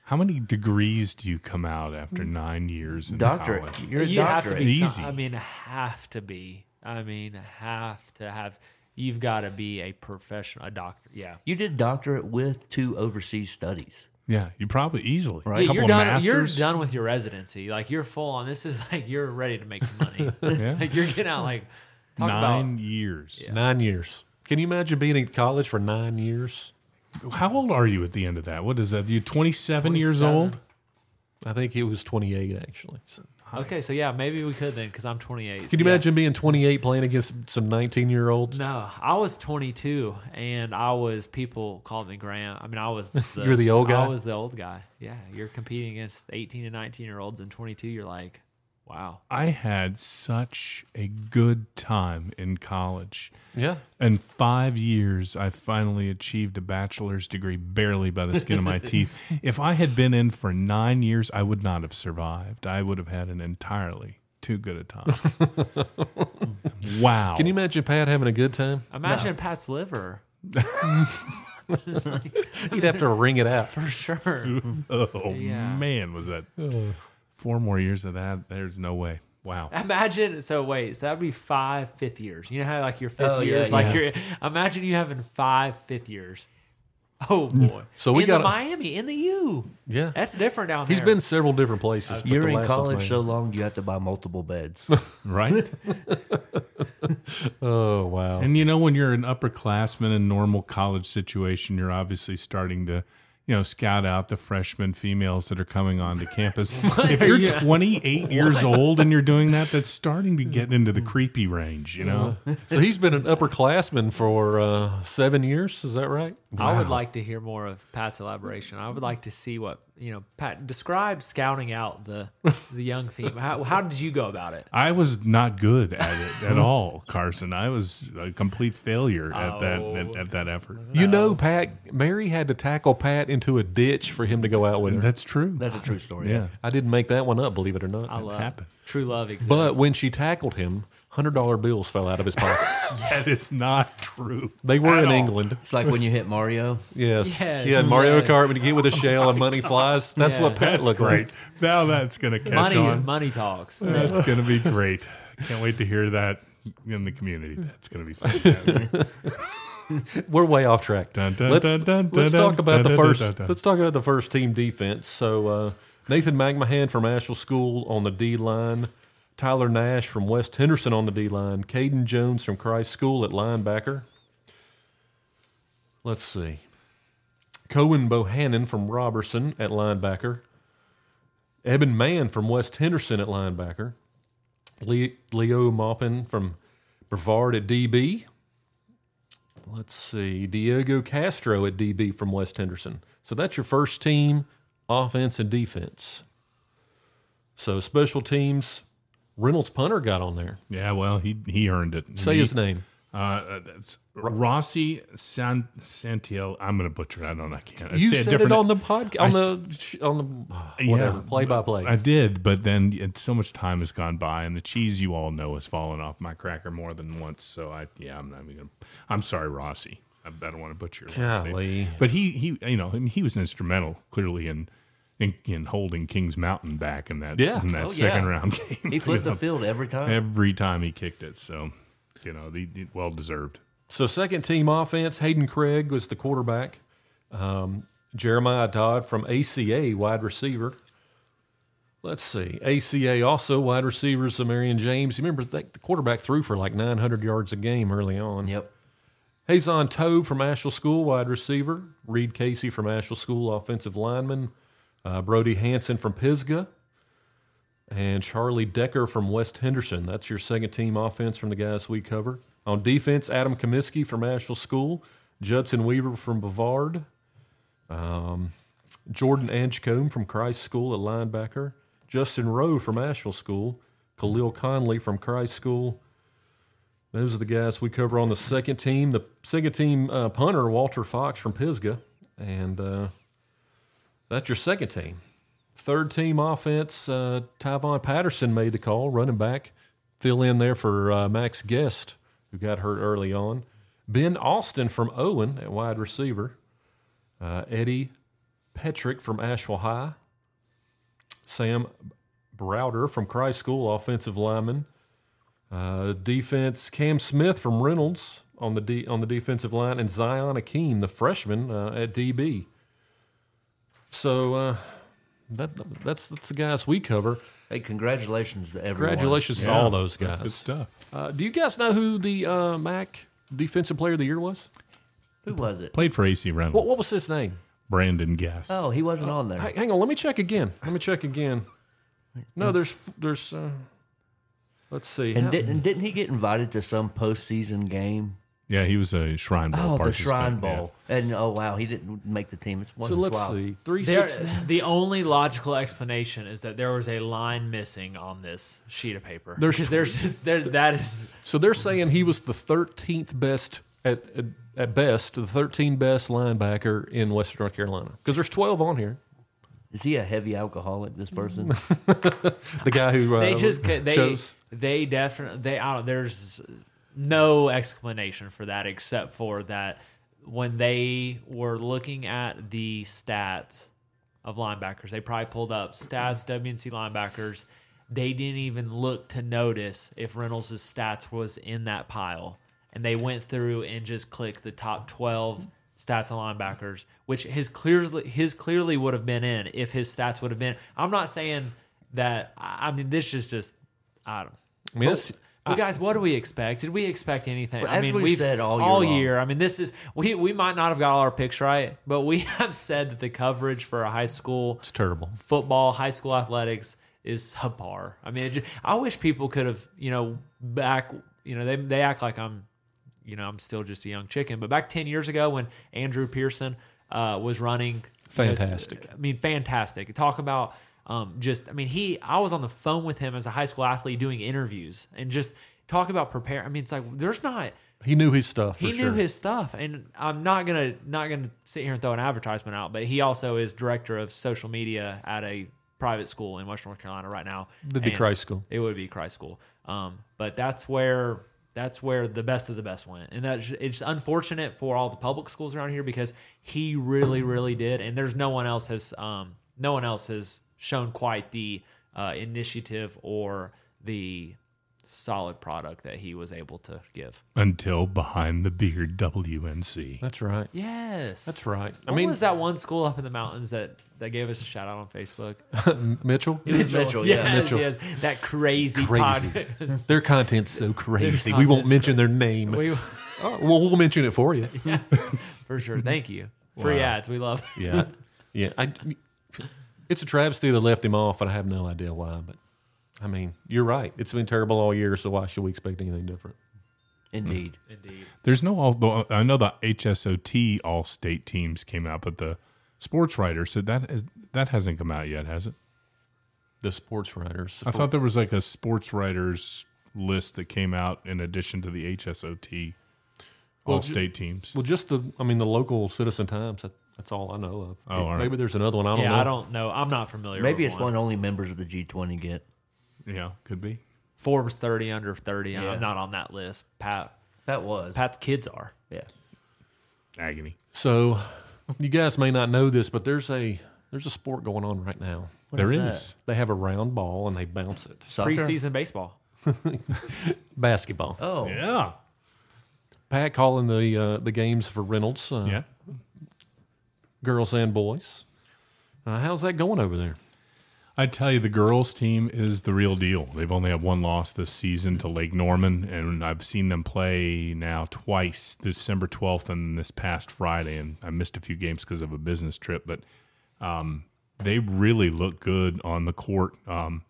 Speaker 3: How many degrees do you come out after nine years in
Speaker 5: Doctorate.
Speaker 3: college?
Speaker 5: You're a
Speaker 6: you have to
Speaker 5: doctorate.
Speaker 6: be.
Speaker 3: Easy.
Speaker 6: some- I mean, have to be. I mean, have to have. You've got to be a professional, a doctor. Yeah.
Speaker 5: you did doctorate with two overseas studies.
Speaker 3: Yeah, you probably easily.
Speaker 5: Right.
Speaker 3: A
Speaker 5: Yeah,
Speaker 3: couple
Speaker 6: you're
Speaker 3: of
Speaker 6: done.
Speaker 3: masters.
Speaker 6: You're done with your residency. Like you're full on. This is [LAUGHS] like you're ready to make some money.
Speaker 3: Yeah.
Speaker 6: Like you're getting out. Like talk
Speaker 3: Nine years.
Speaker 4: Nine years. Can you imagine being in college for nine years?
Speaker 3: How old are you at the end of that? What is that? You're 27, years
Speaker 6: 27.
Speaker 3: old?
Speaker 4: I think he was 28, actually. So,
Speaker 6: about. Okay, so yeah, maybe we could then because I'm 28.
Speaker 4: can you imagine being 28 playing against some 19 year olds?
Speaker 6: No, I was 22 and I was people called me Graham. I mean, I
Speaker 4: [LAUGHS]
Speaker 6: was the,
Speaker 4: You're the old guy?
Speaker 6: I was the old guy. Yeah, you're competing against 18 and 19 year olds, and 22, you're like, wow.
Speaker 3: I had such a good time in college.
Speaker 4: Yeah.
Speaker 3: In five years, I finally achieved a bachelor's degree barely by the skin of
Speaker 4: [LAUGHS]
Speaker 3: my teeth. If I had been in for nine years, I would not have survived. I would have had an entirely too good
Speaker 4: [LAUGHS]
Speaker 3: a time. wow.
Speaker 4: Can you imagine Pat having a good time?
Speaker 6: Imagine Pat's liver
Speaker 4: [LAUGHS]
Speaker 6: [LAUGHS]
Speaker 4: He'd have to wring it out.
Speaker 6: for sure.
Speaker 3: Oh,
Speaker 6: Yeah.
Speaker 3: man, was that four more years of that? There's no way. Wow.
Speaker 6: Imagine so. Wait, so that'd be five fifth years. You know how like your fifth
Speaker 5: Oh, yeah,
Speaker 6: years, like
Speaker 5: yeah.
Speaker 6: your. Imagine you having five fifth years. Oh boy!
Speaker 4: So we
Speaker 6: in
Speaker 4: gotta-
Speaker 6: the Miami in the U.
Speaker 4: Yeah.
Speaker 6: That's different down
Speaker 4: He's
Speaker 6: there.
Speaker 4: been several different places. but the
Speaker 5: Uh, You're in
Speaker 4: last one's
Speaker 5: college so
Speaker 4: Miami.
Speaker 5: long, you have to buy
Speaker 4: [LAUGHS]
Speaker 5: multiple beds.
Speaker 3: Right?
Speaker 4: Oh,
Speaker 5: [LAUGHS]
Speaker 4: wow.
Speaker 3: And you know, when you're an upperclassman in normal college situation, you're obviously starting to, you know, scout out the freshman females that are coming onto
Speaker 4: [LAUGHS]
Speaker 3: campus. if you're 28 years old and you're doing that, that's starting to get into the creepy range. You know,
Speaker 4: So he's been an upperclassman for uh, seven years. Is that right?
Speaker 6: I would like to hear more of Pat's elaboration. I would like to see what you know. Pat, describe scouting out the the young female. How, how did you go about it?
Speaker 3: I was not good at
Speaker 4: [LAUGHS]
Speaker 3: it at all, Carson. I was a complete failure at that
Speaker 4: Oh.
Speaker 3: at, at
Speaker 4: [LAUGHS]
Speaker 3: that effort.
Speaker 4: You know, Pat, Mary had to tackle Pat into a ditch for him to go out with her.
Speaker 3: That's true.
Speaker 5: That's a true story.
Speaker 3: yeah,
Speaker 4: I didn't make that one up, believe it or not.
Speaker 6: I love
Speaker 3: happened.
Speaker 6: true love exists.
Speaker 4: But when she tackled him, hundred dollar bills fell out of his
Speaker 6: [LAUGHS]
Speaker 4: pockets.
Speaker 3: that is not true.
Speaker 4: they were
Speaker 3: At
Speaker 4: in
Speaker 3: all.
Speaker 4: England.
Speaker 5: It's like when you hit Mario.
Speaker 4: Yes.
Speaker 6: Yes.
Speaker 4: Yeah, in Mario
Speaker 6: Yes.
Speaker 4: Kart when you get with a shell and money flies. That's what
Speaker 6: Yes.
Speaker 4: Pat looked
Speaker 3: Great.
Speaker 4: like.
Speaker 3: Now that's gonna catch
Speaker 6: money
Speaker 3: on.
Speaker 6: money talks.
Speaker 4: Uh,
Speaker 3: That's going to be great. Can't wait to hear that in the community. That's going to be fun.
Speaker 4: [LAUGHS] We're way off track.
Speaker 3: Dun, dun,
Speaker 4: let's
Speaker 3: dun, dun,
Speaker 4: let's
Speaker 3: dun,
Speaker 4: talk
Speaker 3: dun,
Speaker 4: about
Speaker 3: dun,
Speaker 4: the
Speaker 3: dun,
Speaker 4: first.
Speaker 3: dun, dun.
Speaker 4: Let's talk about the first team defense. So uh, Nathan McMahon from Asheville School on the D line. Tyler Nash from West Henderson on the D line, Caden Jones from Christ School at linebacker. Let's see. Cohen Bohannon from Robertson at linebacker. Eben Mann from West Henderson at linebacker. Le- Leo Maupin from Brevard at DB. Let's see. Diego Castro at DB from West Henderson. So that's your first team, offense and defense. So special teams, Reynolds punter got on there.
Speaker 3: Yeah, well, he he earned it.
Speaker 4: Say
Speaker 3: He-
Speaker 4: his name.
Speaker 3: Uh, that's Rossi San, Santiel. I'm going to butcher that one. I can't.
Speaker 4: You
Speaker 3: Say a
Speaker 4: said
Speaker 3: different-
Speaker 4: it on the podcast,
Speaker 3: I
Speaker 4: on
Speaker 3: s-
Speaker 4: the sh- on the
Speaker 3: Yeah,
Speaker 4: whatever play by
Speaker 3: I
Speaker 4: play.
Speaker 3: did, but then it, so much time has gone by, and the cheese you all know has fallen off my cracker more than once. So I, yeah, I'm not even. Gonna, I'm sorry, Rossi. I, I don't want to butcher your last name.
Speaker 4: Golly.
Speaker 3: But he, he, you know, I mean, he was instrumental clearly in, in in holding Kings Mountain back in that
Speaker 4: Yeah.
Speaker 3: in that
Speaker 4: Oh,
Speaker 3: second
Speaker 6: yeah.
Speaker 3: round [LAUGHS] game.
Speaker 4: [LAUGHS]
Speaker 5: He flipped
Speaker 3: You
Speaker 5: the
Speaker 3: know,
Speaker 5: field every time.
Speaker 3: every time he kicked it. So, you know, the, the- well deserved.
Speaker 4: So second team offense, Hayden Craig was the quarterback. Um, Jeremiah Dodd from ACA, wide receiver. Let's see. ACA also wide receiver, Samarian James. You remember that the quarterback threw for like 900 yards a game early on.
Speaker 5: Yep.
Speaker 4: Hazon Tobe from Asheville School, wide receiver. Reed Casey from Asheville School, offensive lineman. Uh, Brody Hanson from Pisgah. And Charlie Decker from West Henderson. That's your second team offense from the guys we cover. On defense, Adam Comiskey from Asheville School. Judson Weaver from Bavard. Um, Jordan Edgecombe from Christ School at linebacker. Justin Rowe from Asheville School. Khalil Conley from Christ School. Those are the guys we cover on the second team. The second team uh, punter, Walter Fox from Pisgah. And uh, that's your second team. Third team offense, uh, Tyvon Patterson made the call, running back. Fill in there for uh, Max Guest, who got hurt early on. Ben Austin from Owen at wide receiver. Uh, Eddie Petrick from Asheville High. Sam Browder from Christ School, offensive lineman. Uh, defense Cam Smith from Reynolds on the D, on the defensive line, and Zion Akeem, the freshman uh, at DB. So uh, that that's that's the guys we cover.
Speaker 5: Hey, congratulations to everyone.
Speaker 4: Congratulations to
Speaker 3: Yeah,
Speaker 4: all those
Speaker 3: that's good
Speaker 4: guys.
Speaker 3: stuff.
Speaker 4: Uh, do you guys know who the uh, MAC Defensive Player of the Year was?
Speaker 5: Who was it?
Speaker 3: Played for AC Reynolds.
Speaker 4: What what was his name?
Speaker 3: Brandon Guest.
Speaker 5: Oh, he wasn't on there.
Speaker 4: Uh, Hey, hang on, let me check again. Let me check again. No, there's there's. Uh, let's see.
Speaker 5: and
Speaker 4: How-
Speaker 5: didn't didn't he get invited to some postseason game?
Speaker 3: Yeah, he was a Shrine Bowl.
Speaker 5: Oh, the
Speaker 3: participant,
Speaker 5: Shrine
Speaker 3: yeah.
Speaker 5: Bowl. And oh wow, he didn't make the team. It's one.
Speaker 4: so let's
Speaker 5: wild.
Speaker 4: see. Three
Speaker 6: There,
Speaker 4: six.
Speaker 6: the only logical explanation is that there was a line missing on this sheet of paper.
Speaker 4: There's-
Speaker 6: Because there's just there that is
Speaker 4: So they're saying he was the 13th best at at, at best, the 13th best linebacker in Western North Carolina because there's 12 on here.
Speaker 5: Is he a heavy alcoholic?
Speaker 4: [LAUGHS]
Speaker 5: This person.
Speaker 4: The guy who uh,
Speaker 6: [LAUGHS] they just ca- they
Speaker 4: chose.
Speaker 6: they definitely they I don't there's no explanation for that except for that when they were looking at the stats of linebackers they probably pulled up stats WNC linebackers they didn't even look to notice if Reynolds' stats was in that pile and they went through and just clicked the top 12 stats on linebackers which his clearly his clearly would have been in if his stats would have been I'm not saying that I I mean this is just I don't
Speaker 4: I mean, that's-
Speaker 6: but guys, what do we expect? Did we expect anything?
Speaker 5: Well,
Speaker 6: I
Speaker 5: as
Speaker 6: mean,
Speaker 5: we've
Speaker 6: we've
Speaker 5: said all year long.
Speaker 6: I mean, this is we we might not have got all our picks right, but we [LAUGHS] have said that the coverage for a high school
Speaker 4: it's terrible.
Speaker 6: football, high school athletics is subpar. I mean, it ju- I wish people could have, you know, back, you know, they, they act like I'm, you know, I'm still just a young chicken. But back 10 years ago when Andrew Pearson uh, was running. you know, s-
Speaker 4: Fantastic.
Speaker 6: I mean, fantastic. Talk about um, just, I mean, he, I was on the phone with him as a high school athlete doing interviews and just talk about prepare. I mean, it's like, there's not,
Speaker 4: He knew his stuff. For
Speaker 6: he
Speaker 4: sure.
Speaker 6: knew his stuff and i'm not gonna not gonna sit here and throw an advertisement out but he also is director of social media at a private school in western north carolina right now
Speaker 4: That'd be
Speaker 6: And
Speaker 4: Christ School.
Speaker 6: it would be christ school um, but that's where that's where the best of the best went and that's it's unfortunate for all the public schools around here because he really really did and there's no one else has um, no one else has shown quite the uh, initiative or the solid product that he was able to give.
Speaker 3: until behind the beard WNC.
Speaker 4: That's right.
Speaker 6: Yes,
Speaker 4: That's right. I
Speaker 6: I mean,
Speaker 4: mean,
Speaker 6: was that one school up in the mountains that that gave us a shout out on Facebook?
Speaker 4: Mitchell.
Speaker 5: [LAUGHS] Mitchell, yeah,
Speaker 6: Yes,
Speaker 4: Mitchell.
Speaker 6: yes. that crazy,
Speaker 4: Crazy.
Speaker 6: podcast.
Speaker 4: Their content's so crazy. We won't
Speaker 6: content's
Speaker 4: mention their name.
Speaker 6: [LAUGHS] we,
Speaker 4: Oh, well, we'll mention it for you.
Speaker 6: for sure. Thank you. Free ads, we love. [LAUGHS]
Speaker 4: Yeah, yeah. I, it's a travesty they left him off, and I have no idea why. But I mean, you're right. It's been terrible all year, so why should we expect anything different?
Speaker 5: Indeed.
Speaker 3: There's no all. though I know the HSOT all state teams came out, but the sports writer said that is, that hasn't come out yet, has it?
Speaker 4: The sports writers.
Speaker 3: I thought there was like a sports writers list that came out in addition to the HSOT all
Speaker 4: Well, ju-
Speaker 3: state teams.
Speaker 4: well, just the. I mean, the local Citizen Times. That, that's all I know of.
Speaker 3: Oh, all right.
Speaker 4: Maybe there's another one. I don't
Speaker 6: yeah,
Speaker 4: know.
Speaker 6: I don't know. I'm not familiar.
Speaker 5: Maybe
Speaker 6: with
Speaker 5: it's one only members of the G20 get.
Speaker 3: Yeah, could be.
Speaker 6: Forbes 30 under 30. and
Speaker 5: Yeah.
Speaker 6: I'm not on that list. Pat
Speaker 5: That was.
Speaker 6: Pat's kids are.
Speaker 5: yeah.
Speaker 3: Agony.
Speaker 4: So, you guys may not know this, but there's a there's a sport going on right now.
Speaker 3: there
Speaker 5: is
Speaker 3: is.
Speaker 4: They have a round ball and they bounce it.
Speaker 5: Soccer?
Speaker 6: Preseason baseball.
Speaker 4: Basketball.
Speaker 5: Oh,
Speaker 3: Yeah.
Speaker 4: Pat calling the uh, the games for Reynolds. Uh,
Speaker 3: Yeah.
Speaker 4: girls and boys. Uh, how's that going over there?
Speaker 3: I tell you, the girls' team is the real deal. They've only had one loss this season to Lake Norman, and I've seen them play now twice, December 12th and this past Friday. And I missed a few games because of a business trip, but um, they really look good on the court. Um,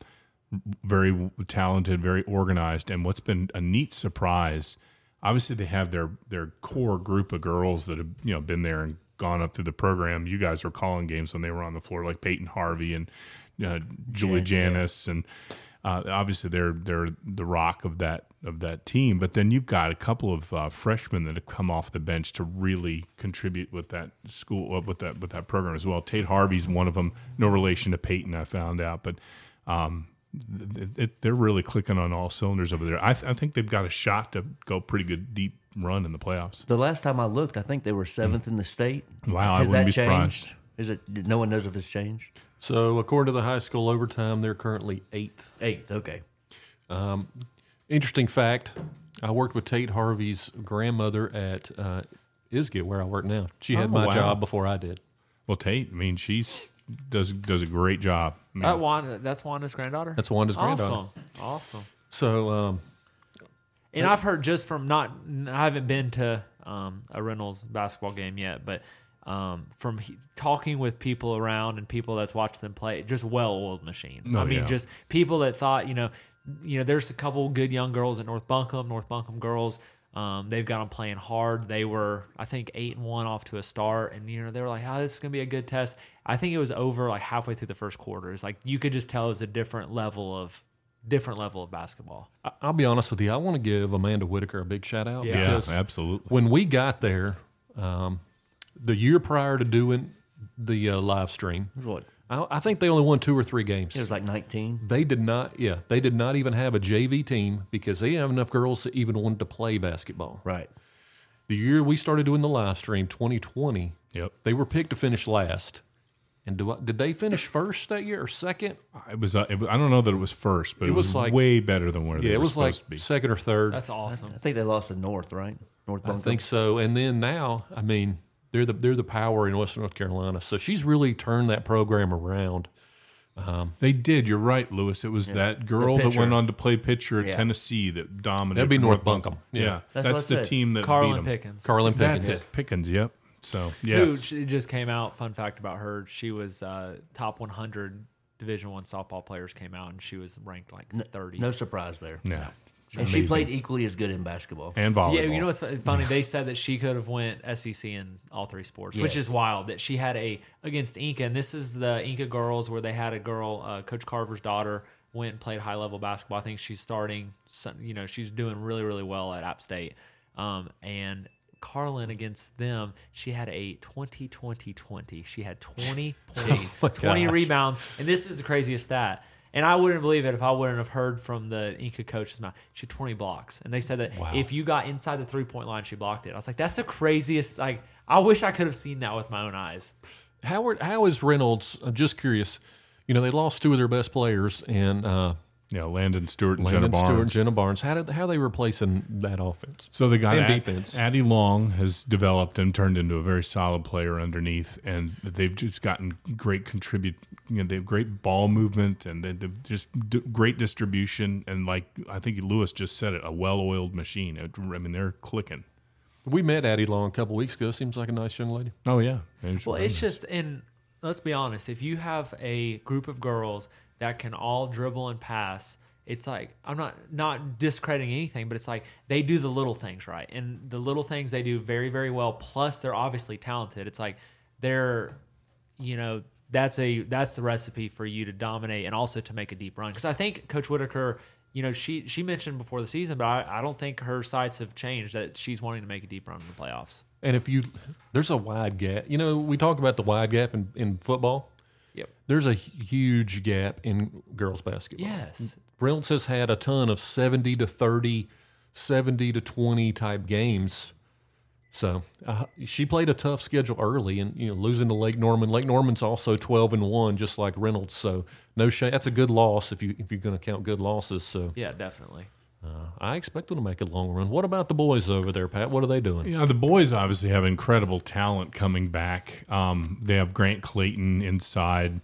Speaker 3: very w- talented, very organized. And what's been a neat surprise, obviously they have their their core group of girls that have you know been there and gone up through the program. You guys were calling games when they were on the floor, like Peyton Harvey and uh, Julie Janis, and uh, obviously they're they're the rock of that of that team. But then you've got a couple of uh, freshmen that have come off the bench to really contribute with that school uh, with that with that program as well. Tate Harvey's one of them, no relation to Peyton, I found out, but um, th- it, they're really clicking on all cylinders over there. I, th- I think they've got a shot to go pretty good deep run in the playoffs.
Speaker 5: The last time I looked, I think they were seventh in the state.
Speaker 3: Wow, I
Speaker 5: Has
Speaker 3: wouldn't
Speaker 5: that
Speaker 3: be surprised.
Speaker 5: changed? Is it? No one knows if it's changed.
Speaker 4: So, according to the high school overtime, they're currently eighth.
Speaker 5: Eighth. Okay.
Speaker 4: Interesting fact I worked with Tate Harvey's grandmother at uh, Isgit, where I work now. She had
Speaker 3: Oh,
Speaker 4: my
Speaker 3: wow.
Speaker 4: job before I did.
Speaker 3: Well, Tate, I mean, she's does does a great job. I mean,
Speaker 6: That Wanda, that's Wanda's granddaughter.
Speaker 4: That's Wanda's granddaughter.
Speaker 6: Awesome. Awesome.
Speaker 4: So, um,
Speaker 6: And I've heard just from not, I haven't been to um, a Reynolds basketball game yet, but um, from he, talking with people around and people that's watched them play, just well-oiled machine.
Speaker 3: Oh,
Speaker 6: I mean,
Speaker 3: yeah.
Speaker 6: just people that thought, you know, you know, there's a couple good young girls at North Buncombe, North Buncombe girls. Um, they've got them playing hard. They were, I think, eight and one off to a start, and you know they were like, "Oh, this is gonna be a good test." I think it was over like halfway through the first quarter. It's like you could just tell it was a different level of, different level of basketball.
Speaker 4: I- I'll be honest with you. I want to give Amanda Whitaker a big shout out.
Speaker 6: Yeah.
Speaker 3: yeah,
Speaker 4: because
Speaker 3: absolutely.
Speaker 4: When we got there, um, the year prior to doing the uh, live stream,
Speaker 5: What?
Speaker 4: I, I think they only won two or three games.
Speaker 5: It was like nineteen.
Speaker 4: They did not, yeah, they did not even have a JV team because they didn't have enough girls that even wanted to play basketball.
Speaker 5: Right.
Speaker 4: The year we started doing the live stream, 2020,
Speaker 3: Yep,
Speaker 4: they were picked to finish last. And do I, did they finish first that year or second?
Speaker 3: it was, uh, it was. I don't know that it was first, but it, was,
Speaker 4: was like-
Speaker 3: way better than where they
Speaker 4: Yeah, it
Speaker 3: were
Speaker 4: was like
Speaker 3: supposed to be.
Speaker 4: second or third.
Speaker 6: That's awesome.
Speaker 5: I think they lost to North. Right. North.
Speaker 4: I think so. And then now, I mean, they're the they're the power in Western North Carolina. So she's really turned that program around.
Speaker 3: They did. You're right, Lewis. It was that girl that
Speaker 5: pitcher.
Speaker 3: went on to play pitcher at
Speaker 5: Yeah.
Speaker 3: Tennessee that dominated.
Speaker 4: That'd be North Buncombe.
Speaker 3: Yeah,
Speaker 4: Yeah.
Speaker 5: That's
Speaker 3: that's,
Speaker 5: what I
Speaker 3: the
Speaker 5: said.
Speaker 3: team that beat
Speaker 6: Carlin
Speaker 3: 'em.
Speaker 6: Pickens.
Speaker 4: Carlin Pickens.
Speaker 3: That's it, Pickens. Yep. So
Speaker 6: Who
Speaker 3: yes,
Speaker 6: she just came out. Fun fact about her: she was uh, top 100 Division One softball players came out, and she was ranked like 30.
Speaker 5: No surprise there.
Speaker 3: yeah,
Speaker 5: And she played equally as good in basketball.
Speaker 3: and volleyball.
Speaker 6: yeah, you know what's fu- funny? They said that she could have went SEC in all three sports, which is wild. That she had a against Inca, and this is the Inca girls where they had a girl, uh, Coach Carver's daughter, went and played high level basketball. I think she's starting, some, you know, she's doing really really well at App State, um, and. Carlin against them, she had a 20 20 20. She had 20 points, 20 rebounds. And this is the craziest stat. And I wouldn't believe it if I wouldn't have heard from the Inca coach's mouth. She had 20 blocks. And they said that if you got inside the three point line, she blocked it. I was like, that's the craziest. Like, I wish I could have seen that with my own eyes.
Speaker 4: Howard, how is Reynolds? I'm just curious. You know, they lost two of their best players, and uh,
Speaker 3: Yeah, Landon Stewart and Jenna
Speaker 4: Landon
Speaker 3: Barnes.
Speaker 4: Stewart, Jenna Barnes. How did how are they replacing that offense?
Speaker 3: So the guy
Speaker 4: And
Speaker 3: Ad-
Speaker 4: defense.
Speaker 3: Addy Long has developed and turned into a very solid player underneath, and they've just gotten great contribute. You know, they have great ball movement and they, they've just d- great distribution. And like I think Lewis just said it, a well-oiled machine. It- I mean, they're clicking.
Speaker 4: We met Addie Long a couple weeks ago. Seems like a nice young lady.
Speaker 3: Oh yeah.
Speaker 6: Well, it's just in. Let's be honest. If you have a group of girls that can all dribble and pass, it's like I'm not not discrediting anything, but it's like they do the little things right, and the little things they do very very well. Plus, they're obviously talented. It's like they're, you know, that's a that's the recipe for you to dominate and also to make a deep run. Because I think Coach Whitaker. You know, she she mentioned before the season, but I, I don't think her sights have changed that she's wanting to make a deep run in the playoffs.
Speaker 4: And if you, there's a wide gap. You know, we talk about the wide gap in, in football.
Speaker 6: Yep.
Speaker 4: There's a huge gap in girls basketball.
Speaker 6: Yes.
Speaker 4: Reynolds has had a ton of 70 to 30, 70 to 20 type games. So uh, she played a tough schedule early and, you know, losing to Lake Norman. Lake Norman's also 12 and 1, just like Reynolds. So no shame. That's a good loss if, you, if you're going to count good losses. So
Speaker 6: Yeah, definitely.
Speaker 4: I expect them to make a long run. What about the boys over there, Pat? What are they doing?
Speaker 3: Yeah, the boys obviously have incredible talent coming back. Um, they have Grant Clayton inside.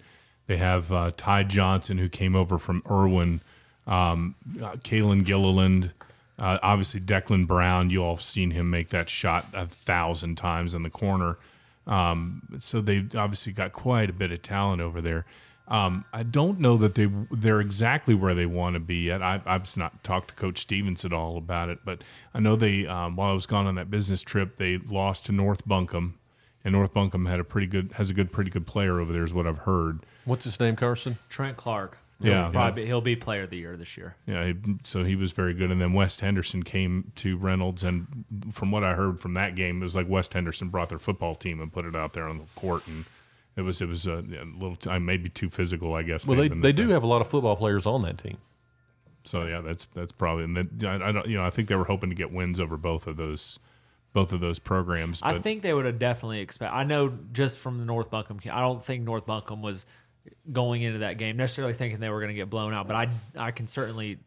Speaker 3: They have uh, Ty Johnson, who came over from Irwin. Um, uh, Kalen Gilliland. Uh, obviously, Declan Brown. You all have seen him make that shot a thousand times in the corner. Um, so they've obviously got quite a bit of talent over there. Um, I don't know that they they're exactly where they want to be yet. I've, I've not talked to Coach Stevens at all about it, but I know they um, while I was gone on that business trip, they lost to North Buncombe, and North Buncombe had a pretty good has a good pretty good player over there, is what I've heard.
Speaker 4: What's his name, Carson?
Speaker 6: Trent Clark.
Speaker 3: Yeah.
Speaker 6: He'll probably he'll be player of the year this year.
Speaker 3: Yeah, he- so he was very good. And then West Henderson came to Reynolds, and from what I heard from that game, it was like West Henderson brought their football team and put it out there on the court, and it was it was a, a little uh, maybe too physical, I guess.
Speaker 4: Well, they,
Speaker 3: maybe in the
Speaker 4: they do
Speaker 3: thing.
Speaker 4: have a lot of football players on that team.
Speaker 3: So yeah, that's that's probably. And that, I, I don't, you know, I think they were hoping to get wins over both of those, both of those programs. But
Speaker 6: I think they would have definitely expect. I know just from the North Buncombe. I don't think North Buncombe was going into that game necessarily thinking they were going to get blown out, but I I can certainly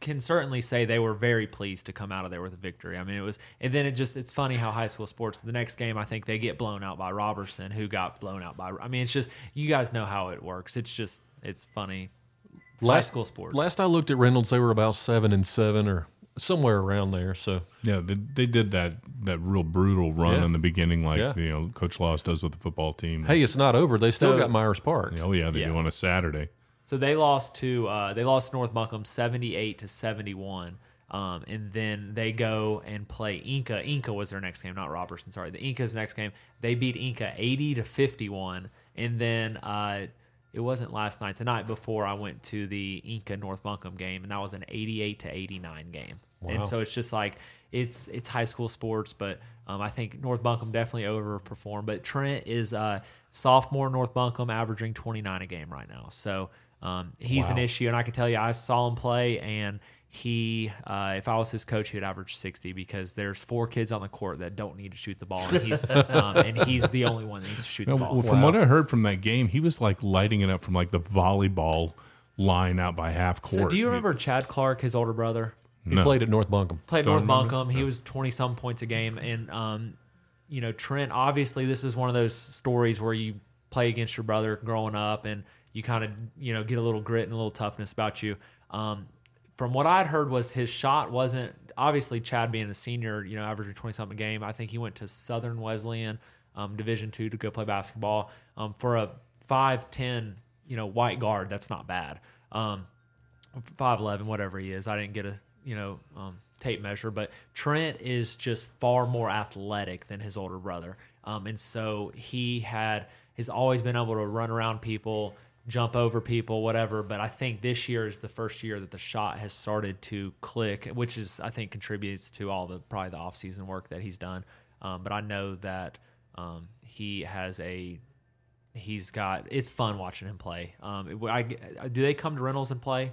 Speaker 6: can certainly say they were very pleased to come out of there with a victory. I mean, it was, and then it just it's funny how high school sports. The next game, I think they get blown out by Robertson, who got blown out by. I mean, it's just you guys know how it works. It's just it's funny. It's high school sports.
Speaker 4: Last I looked at Reynolds, they were about seven and seven or somewhere around there. So
Speaker 3: yeah, they, they did that that real brutal run
Speaker 4: Yeah.
Speaker 3: in the beginning, like
Speaker 4: Yeah.
Speaker 3: you know, Coach Laws does with the football team.
Speaker 4: hey, it's not over. They still
Speaker 6: So-
Speaker 4: got Myers Park.
Speaker 3: oh yeah, they
Speaker 6: Yeah.
Speaker 3: do on a Saturday.
Speaker 6: So they lost to uh, they lost to North Buncombe seventy eight to seventy one, um, and then they go and play Inca. Inca was their next game, not Robertson. Sorry, the Inca's next game. They beat Inca eighty to fifty one, and then uh, it wasn't last night. The night before, I went to the Inca North Buncombe game, and that was an eighty eight to eighty nine game. And so it's just like it's it's high school sports, but um, I think North Buncombe definitely overperformed. But Trent is uh, sophomore North Buncombe, averaging twenty nine a game right now. So um, he's an issue, and I can tell you, I saw him play, and he, uh, if I was his coach, he'd average sixty because there's four kids on the court that don't need to shoot the ball, and he's
Speaker 3: [LAUGHS]
Speaker 6: um, and he's the only one that needs to shoot the
Speaker 3: No,
Speaker 6: ball.
Speaker 3: well, from what I heard from that game, he was like lighting it up from like the volleyball line out by half court.
Speaker 6: So do you remember Chad Clark, his older brother?
Speaker 4: He played at North Buncombe.
Speaker 6: played North Buncombe. He was twenty some points a game, and um, you know Trent. Obviously, this is one of those stories where you play against your brother growing up, and you kind of you know get a little grit and a little toughness about you. Um, from what I'd heard was his shot wasn't obviously Chad being a senior, you know, averaging twenty something a game. I think he went to Southern Wesleyan um, Division two to go play basketball um, for a five ten you know white guard. That's not bad. Um, five eleven, whatever he is. I didn't get a you know um, tape measure, but Trent is just far more athletic than his older brother, um, and so he had has always been able to run around people, jump over people, whatever. But I think this year is the first year that the shot has started to click, which is I think contributes to all the probably the off season work that he's done. Um, but I know that um, he has a he's got it's fun watching him play. Um, I, do they come to Reynolds and play?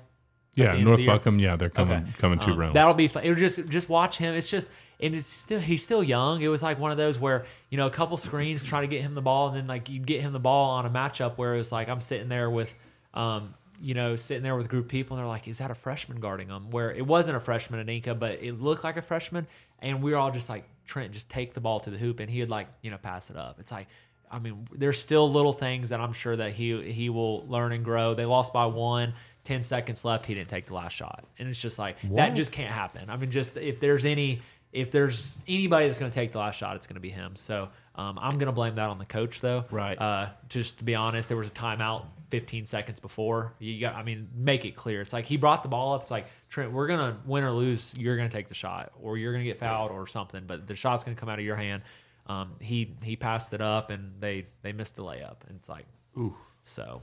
Speaker 3: Yeah,
Speaker 6: the end
Speaker 3: North
Speaker 6: of the Um, year?
Speaker 3: Buckham. Yeah, they're coming coming to Reynolds.
Speaker 6: That'll be fun. It was just just watch him. It's just and it's still he's still young. It was like one of those where you know a couple screens trying to get him the ball, and then like you'd get him the ball on a matchup where it was like I'm sitting there with um you know, sitting there with a group of people, and they're like, "Is that a freshman guarding them?" Where it wasn't a freshman in Inca, but it looked like a freshman, and we were all just like, "Trent, just take the ball to the hoop," and he would like, you know, pass it up. It's like, I mean, there's still little things that I'm sure that he he will learn and grow. They lost by one. 10 seconds left, he didn't take the last shot. And it's just like, that just can't happen. I mean, just if there's any, if there's anybody that's going to take the last shot, it's going to be him. So um, I'm going to blame that on the coach, though.
Speaker 5: Right.
Speaker 6: Uh, just to be honest, there was a timeout 15 seconds before. You got, I mean, make it clear. It's like he brought the ball up. It's like Trent, we're going to win or lose. You're going to take the shot, or you're going to get fouled, or something. But the shot's going to come out of your hand. Um, he he passed it up, and they they missed the layup. And it's like, ooh. So,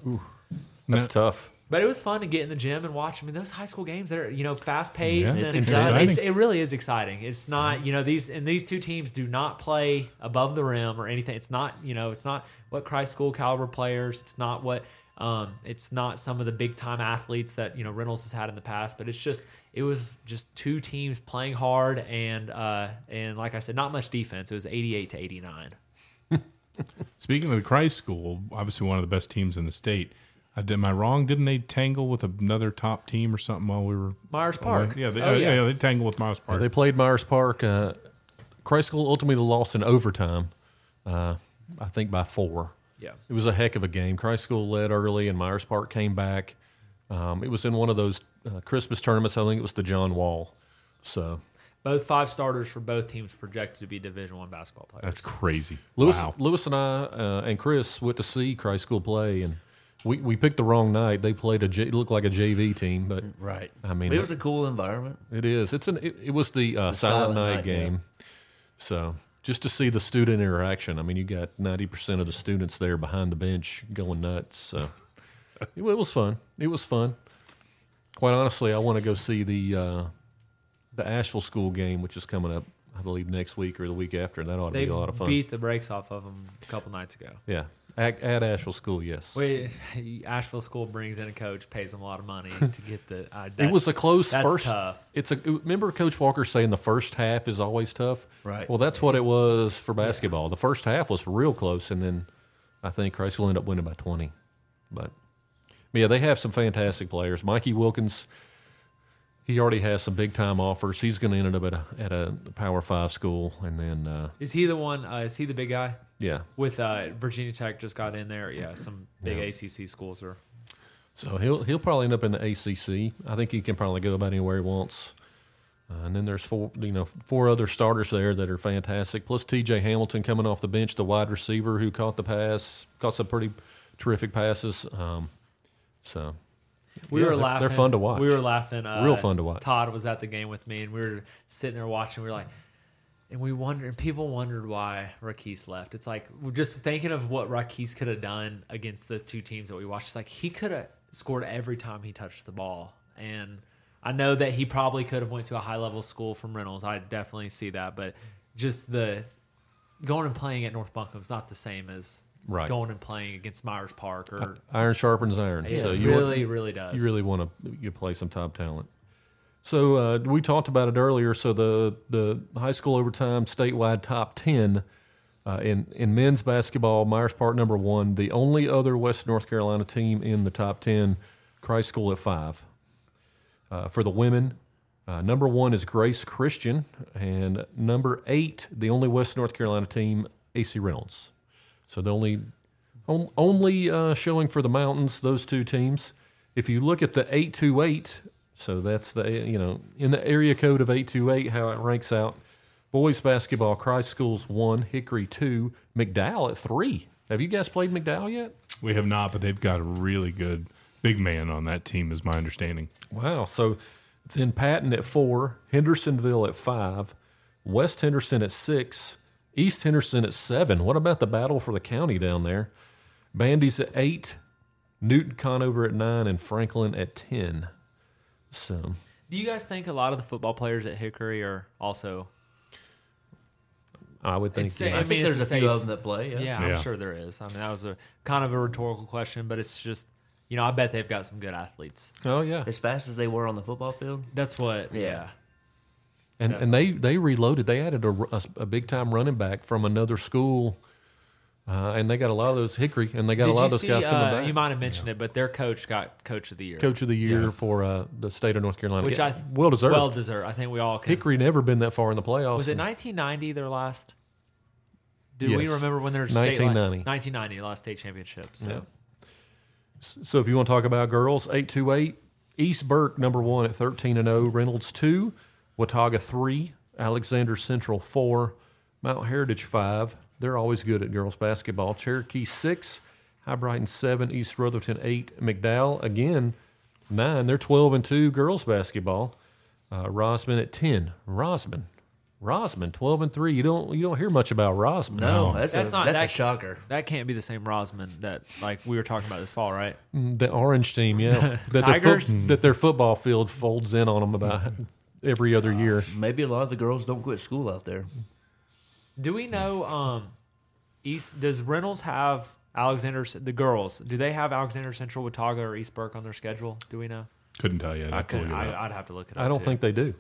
Speaker 4: That's tough.
Speaker 6: but it was fun to get in the gym and watch. I mean, those high school games they're you know fast paced.
Speaker 3: Yeah.
Speaker 6: and
Speaker 3: It's
Speaker 6: exciting.
Speaker 3: exciting.
Speaker 6: It's, it really is exciting. It's not you know these and these two teams do not play above the rim or anything. It's not you know it's not what Christ School caliber players. It's not what um, it's not some of the big time athletes that you know Reynolds has had in the past. But it's just it was just two teams playing hard and uh, and like I said, not much defense. It was eighty eight to eighty nine.
Speaker 3: Speaking of the Christ School, obviously one of the best teams in the state. I did, am I wrong? Didn't they tangle with another top team or something while we were
Speaker 6: Myers
Speaker 3: away?
Speaker 6: Park.
Speaker 3: Yeah, they,
Speaker 6: Oh,
Speaker 3: uh, yeah.
Speaker 6: yeah.
Speaker 3: they tangled with Myers Park.
Speaker 4: They played Myers Park. Uh, Christ School ultimately lost in overtime, uh, I think by four.
Speaker 6: Yeah.
Speaker 4: It was a heck of a game. Christ School led early, and Myers Park came back. Um, it was in one of those uh, Christmas tournaments. I think it was the John Wall. So
Speaker 6: Both five starters for both teams projected to be Division One basketball players.
Speaker 3: That's crazy.
Speaker 4: Lewis,
Speaker 3: Wow.
Speaker 4: Lewis and I uh, and Chris went to see Christ School play, and we, we picked the wrong night. They played a J, it looked like a JV team, but
Speaker 5: Right.
Speaker 4: I mean
Speaker 5: it was a cool environment.
Speaker 4: It is. It's an. It, it was the, uh, silent,
Speaker 5: Silent
Speaker 4: night,
Speaker 5: Night,
Speaker 4: game. So just to see the student interaction. I mean, you got ninety percent of the students there behind the bench going nuts. So [LAUGHS] it, wa- it was fun. It was fun. Quite honestly, I want to go see the uh, the Asheville school game, which is coming up, I believe, next week or the week after, and that ought to
Speaker 6: They
Speaker 4: be a lot of fun.
Speaker 6: beat the brakes off of them a couple nights ago.
Speaker 4: yeah, at, at Asheville school, yes.
Speaker 6: Wait, [LAUGHS] Asheville School brings in a coach, pays them a lot
Speaker 4: [LAUGHS]
Speaker 6: of money to get the. Uh,
Speaker 4: It was a close
Speaker 6: that's
Speaker 4: first.
Speaker 6: tough.
Speaker 4: It's a remember Coach Walker saying the first half is always tough.
Speaker 5: Right.
Speaker 4: Well, that's what it was for basketball. The first half was real close, and then I think Christ will end up winning by twenty. But but yeah, they have some fantastic players. Mikey Wilkins, he already has some big time offers. He's going to end up at a, at a Power Five school, and then uh,
Speaker 6: Is he the one? Uh, is he the big guy
Speaker 4: yeah.
Speaker 6: with uh, Virginia Tech? Just got in there. Yeah, some big ACC schools are.
Speaker 4: So he'll he'll probably end up in the ACC. I think he can probably go about anywhere he wants. Uh, and then there's four you know four other starters there that are fantastic. Plus T.J. Hamilton coming off the bench, the wide receiver who caught the pass, caught some pretty terrific passes. Um, so
Speaker 6: We
Speaker 4: Yeah, they're-
Speaker 6: were
Speaker 4: they're
Speaker 6: laughing.
Speaker 4: fun to watch.
Speaker 6: We were laughing. Uh,
Speaker 4: Real fun to watch.
Speaker 6: Todd was at the game with me, and we were sitting there watching. We were like, and we wondered, and people wondered why Rakis left. It's like we're just thinking of what Rakis could have done against the two teams that we watched. It's like he could have scored every time he touched the ball, and I know that he probably could have went to a high level school from Reynolds. I definitely see that, but just the going and playing at North Buncombe is not the same as
Speaker 4: Right.
Speaker 6: going and playing against Myers Park or.
Speaker 4: iron sharpens iron.
Speaker 6: It
Speaker 4: so you want-
Speaker 6: really, really does.
Speaker 4: you really want to you play some top talent. So uh, we talked about it earlier. So the the high school overtime statewide top ten uh, in in men's basketball, Myers Park number one. The only other West North Carolina team in the top ten, Christ School at five. Uh, for the women, uh, number one is Grace Christian, and number eight, the only West North Carolina team, AC Reynolds. So the only on, only uh, showing for the mountains those two teams. If you look at the eight two eight, so that's the you know in the area code of eight two eight how it ranks out. Boys basketball, Christ School's one, Hickory two, McDowell at three. Have you guys played McDowell yet?
Speaker 3: We have not, but they've got a really good big man on that team, is my understanding.
Speaker 4: Wow. So then Patton at four, Hendersonville at five, West Henderson at six, East Henderson at seven. What about the battle for the county down there? Bandy's at eight, Newton Conover at nine, and Franklin at 10. So
Speaker 6: Do you guys think a lot of the football players at Hickory are also?
Speaker 4: I would think.
Speaker 6: It's-
Speaker 4: yeah.
Speaker 5: I,
Speaker 6: I mean,
Speaker 5: think
Speaker 6: it's
Speaker 5: there's a
Speaker 6: a
Speaker 5: few
Speaker 6: safe-
Speaker 5: of them that play. Yeah.
Speaker 6: Yeah,
Speaker 3: Yeah.
Speaker 6: I'm sure there is. I mean, that was a kind of a rhetorical question, but it's just, you know, I bet they've got some good athletes.
Speaker 4: Oh, yeah.
Speaker 5: As fast as they were on the football field,
Speaker 6: That's what.
Speaker 5: Yeah.
Speaker 4: And, and they, they reloaded. They added a, big time running back from another school Uh, and they got a lot of those Hickory, and they got a
Speaker 6: Did
Speaker 4: lot
Speaker 6: you
Speaker 4: of those
Speaker 6: see,
Speaker 4: guys coming
Speaker 6: uh,
Speaker 4: back.
Speaker 6: You might have mentioned it, but their coach got coach of the year,
Speaker 4: Coach of the year for uh, the state of North Carolina,
Speaker 6: which
Speaker 4: Yeah,
Speaker 6: I
Speaker 4: well deserved.
Speaker 6: Well deserved. I think we all can.
Speaker 4: Hickory never been that far in the playoffs.
Speaker 6: Was it
Speaker 4: and
Speaker 6: 1990 their last? Do we
Speaker 4: Yes.
Speaker 6: remember when their
Speaker 4: 1990.
Speaker 6: state, 1990 last state championship? So
Speaker 4: So if you want to talk about girls, eight two eight, East Burke number one at thirteen and zero, Reynolds two, Watauga three, Alexander Central four, Mount Heritage five. They're always good at girls basketball. Cherokee six, High Brighton seven, East Rutherton eight, McDowell again nine. They're twelve and two girls basketball. Uh, Rosman at ten. Rosman, Rosman twelve and three. You don't you don't hear much about Rosman.
Speaker 5: No, Oh, that's,
Speaker 6: That's
Speaker 5: a,
Speaker 6: not-
Speaker 5: that's
Speaker 6: that-
Speaker 5: a shocker.
Speaker 6: that can't be the same Rosman that like we were talking about this fall, right?
Speaker 4: The orange team,
Speaker 6: [LAUGHS]
Speaker 4: yeah. that
Speaker 6: Tigers?
Speaker 4: Their foot, that their football field folds in on them about every other year.
Speaker 5: Maybe a lot of the girls don't quit school out there.
Speaker 6: Do we know? Um, East does Reynolds have Alexander? The girls do they have Alexander Central, Watauga, or East Burke on their schedule? Do we know?
Speaker 3: Couldn't tell you. I'd have to
Speaker 6: Could-
Speaker 3: look it up.
Speaker 6: I, I'd have to look it up.
Speaker 4: I don't
Speaker 6: too.
Speaker 4: think they do.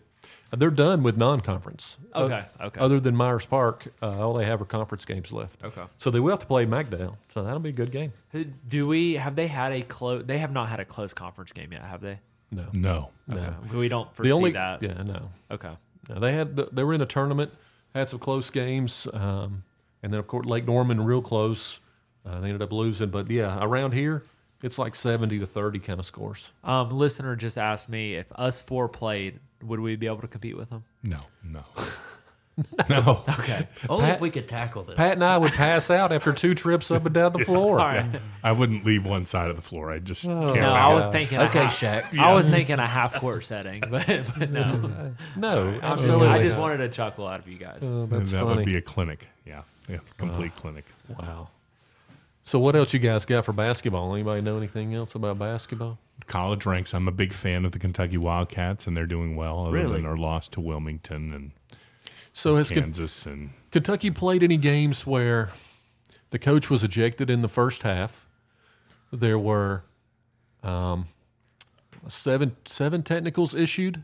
Speaker 4: They're done with non-conference. O-
Speaker 6: Okay, okay.
Speaker 4: Other than Myers Park, uh, all they have are conference games left.
Speaker 6: Okay.
Speaker 4: So they will have to play Magdale. So that'll be a good game.
Speaker 6: Who- Do we have they had a close? They have not had a close conference game yet, have they?
Speaker 4: No,
Speaker 3: no.
Speaker 4: no.
Speaker 6: We don't
Speaker 4: The
Speaker 6: foresee
Speaker 4: only
Speaker 6: that.
Speaker 4: yeah, no.
Speaker 6: Okay.
Speaker 4: No, they had the, they were in a tournament, had some close games, um, and then of course Lake Norman real close. Uh, they ended up losing, but yeah, around here it's like seventy to thirty kind of scores.
Speaker 6: Um, listener just asked me if us four played, would we be able to compete with them?
Speaker 3: No.
Speaker 6: [LAUGHS]
Speaker 3: No. no. Okay.
Speaker 5: Only if we could tackle them.
Speaker 4: Pat and I would pass out after two trips up and down
Speaker 6: [LAUGHS]
Speaker 4: the floor.
Speaker 6: All right.
Speaker 3: I wouldn't leave one side of the floor. I just can't.
Speaker 6: Oh. No,
Speaker 3: wrap
Speaker 6: I
Speaker 3: it.
Speaker 6: was thinking. a
Speaker 5: okay,
Speaker 6: half-
Speaker 5: Shaq.
Speaker 6: I was thinking a half court setting, [LAUGHS] but, but no.
Speaker 4: No,
Speaker 6: I'm just, I
Speaker 4: absolutely
Speaker 6: just
Speaker 4: not.
Speaker 6: wanted a chuckle out of you guys.
Speaker 4: Oh, that's
Speaker 3: that
Speaker 4: funny.
Speaker 3: would be a clinic. Yeah. yeah complete clinic.
Speaker 4: wow. So what else you guys got for basketball? Anybody know anything else about basketball?
Speaker 3: College ranks. I'm a big fan of the Kentucky Wildcats, and they're doing well. Other
Speaker 5: Really?
Speaker 3: than their loss to Wilmington and
Speaker 4: So has Ken-
Speaker 3: Kansas, and
Speaker 4: Kentucky played any games where the coach was ejected in the first half? There were um, seven seven technicals issued.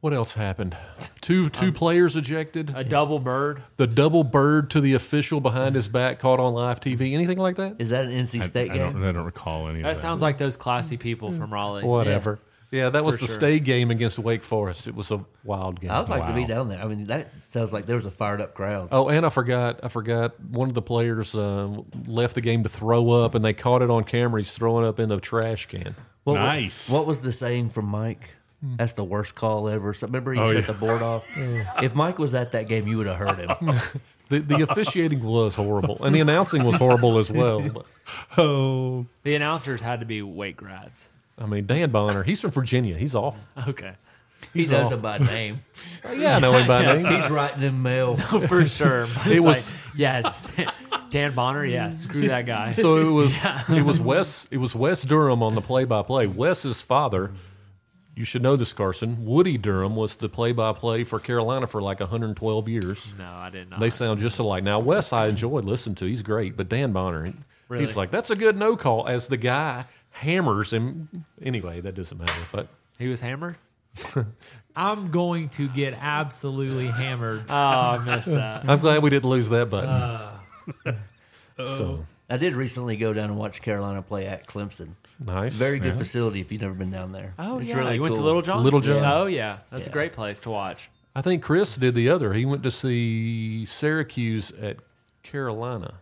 Speaker 4: What else happened? Two two
Speaker 6: Um,
Speaker 4: players ejected.
Speaker 6: A double bird.
Speaker 4: the double bird to the official behind his back caught on live TV. Anything like that?
Speaker 5: Is that an NC
Speaker 3: I,
Speaker 5: State
Speaker 3: I
Speaker 5: game?
Speaker 3: don't. I don't recall any
Speaker 6: That
Speaker 3: of that.
Speaker 6: sounds like those classy people from Raleigh.
Speaker 4: Whatever. Yeah, that was
Speaker 6: For
Speaker 4: the
Speaker 6: sure.
Speaker 4: state game against Wake Forest. It was a wild game.
Speaker 5: I would like to be
Speaker 3: Wow.
Speaker 5: down there. I mean, that sounds like there was a fired up crowd.
Speaker 4: Oh, and I forgot. I forgot. One of the players uh, left the game to throw up, and they caught it on camera. He's throwing up in the trash can.
Speaker 5: What, wa-
Speaker 3: Nice.
Speaker 5: What, was the saying from Mike?
Speaker 6: Hmm.
Speaker 5: That's the worst call ever. So remember, he
Speaker 3: Oh,
Speaker 5: shut
Speaker 3: yeah.
Speaker 5: the board
Speaker 6: [LAUGHS]
Speaker 5: off. If Mike was at that game, you would have heard him.
Speaker 4: The, the officiating was horrible, and the announcing was horrible as well. But,
Speaker 3: Oh,
Speaker 6: The announcers had to be weight grads. [LAUGHS]
Speaker 4: I mean, Dan Bonner, he's from Virginia. He's off.
Speaker 6: Okay.
Speaker 5: He knows him by
Speaker 6: [LAUGHS]
Speaker 5: name.
Speaker 4: Yeah, I know him by name.
Speaker 5: He's writing in mail.
Speaker 6: For sure.
Speaker 4: It
Speaker 6: It
Speaker 4: was-
Speaker 6: was. yeah. Dan Bonner. Yeah. Screw that guy.
Speaker 4: So it
Speaker 6: [LAUGHS]
Speaker 4: was it was Wes it was Wes Durham on the play by play. Wes's father, you should know this, Carson. Woody Durham was the play by play for Carolina for like 112 years.
Speaker 6: No, I did not.
Speaker 4: They sound just alike. Now Wes, I enjoy listening to. He's great, but Dan Bonner, he-
Speaker 6: Really?
Speaker 4: he's like that's a good no call as the guy hammers him. Anyway, that doesn't matter. But
Speaker 6: He was hammered.
Speaker 7: I'm going to get absolutely hammered.
Speaker 6: Oh, I
Speaker 4: [LAUGHS]
Speaker 6: missed that.
Speaker 4: I'm glad we didn't lose that button. [LAUGHS] so
Speaker 5: I did recently go down and watch Carolina play at Clemson.
Speaker 4: nice.
Speaker 5: Very good
Speaker 3: Yeah.
Speaker 5: facility if you've never been down there.
Speaker 6: Oh,
Speaker 5: it's
Speaker 6: yeah.
Speaker 5: really
Speaker 6: you went
Speaker 5: cool.
Speaker 6: to Little John.
Speaker 4: Little John.
Speaker 6: Oh, yeah. That's a great place to watch.
Speaker 4: I think Chris did the other. He went to see Syracuse at Carolina.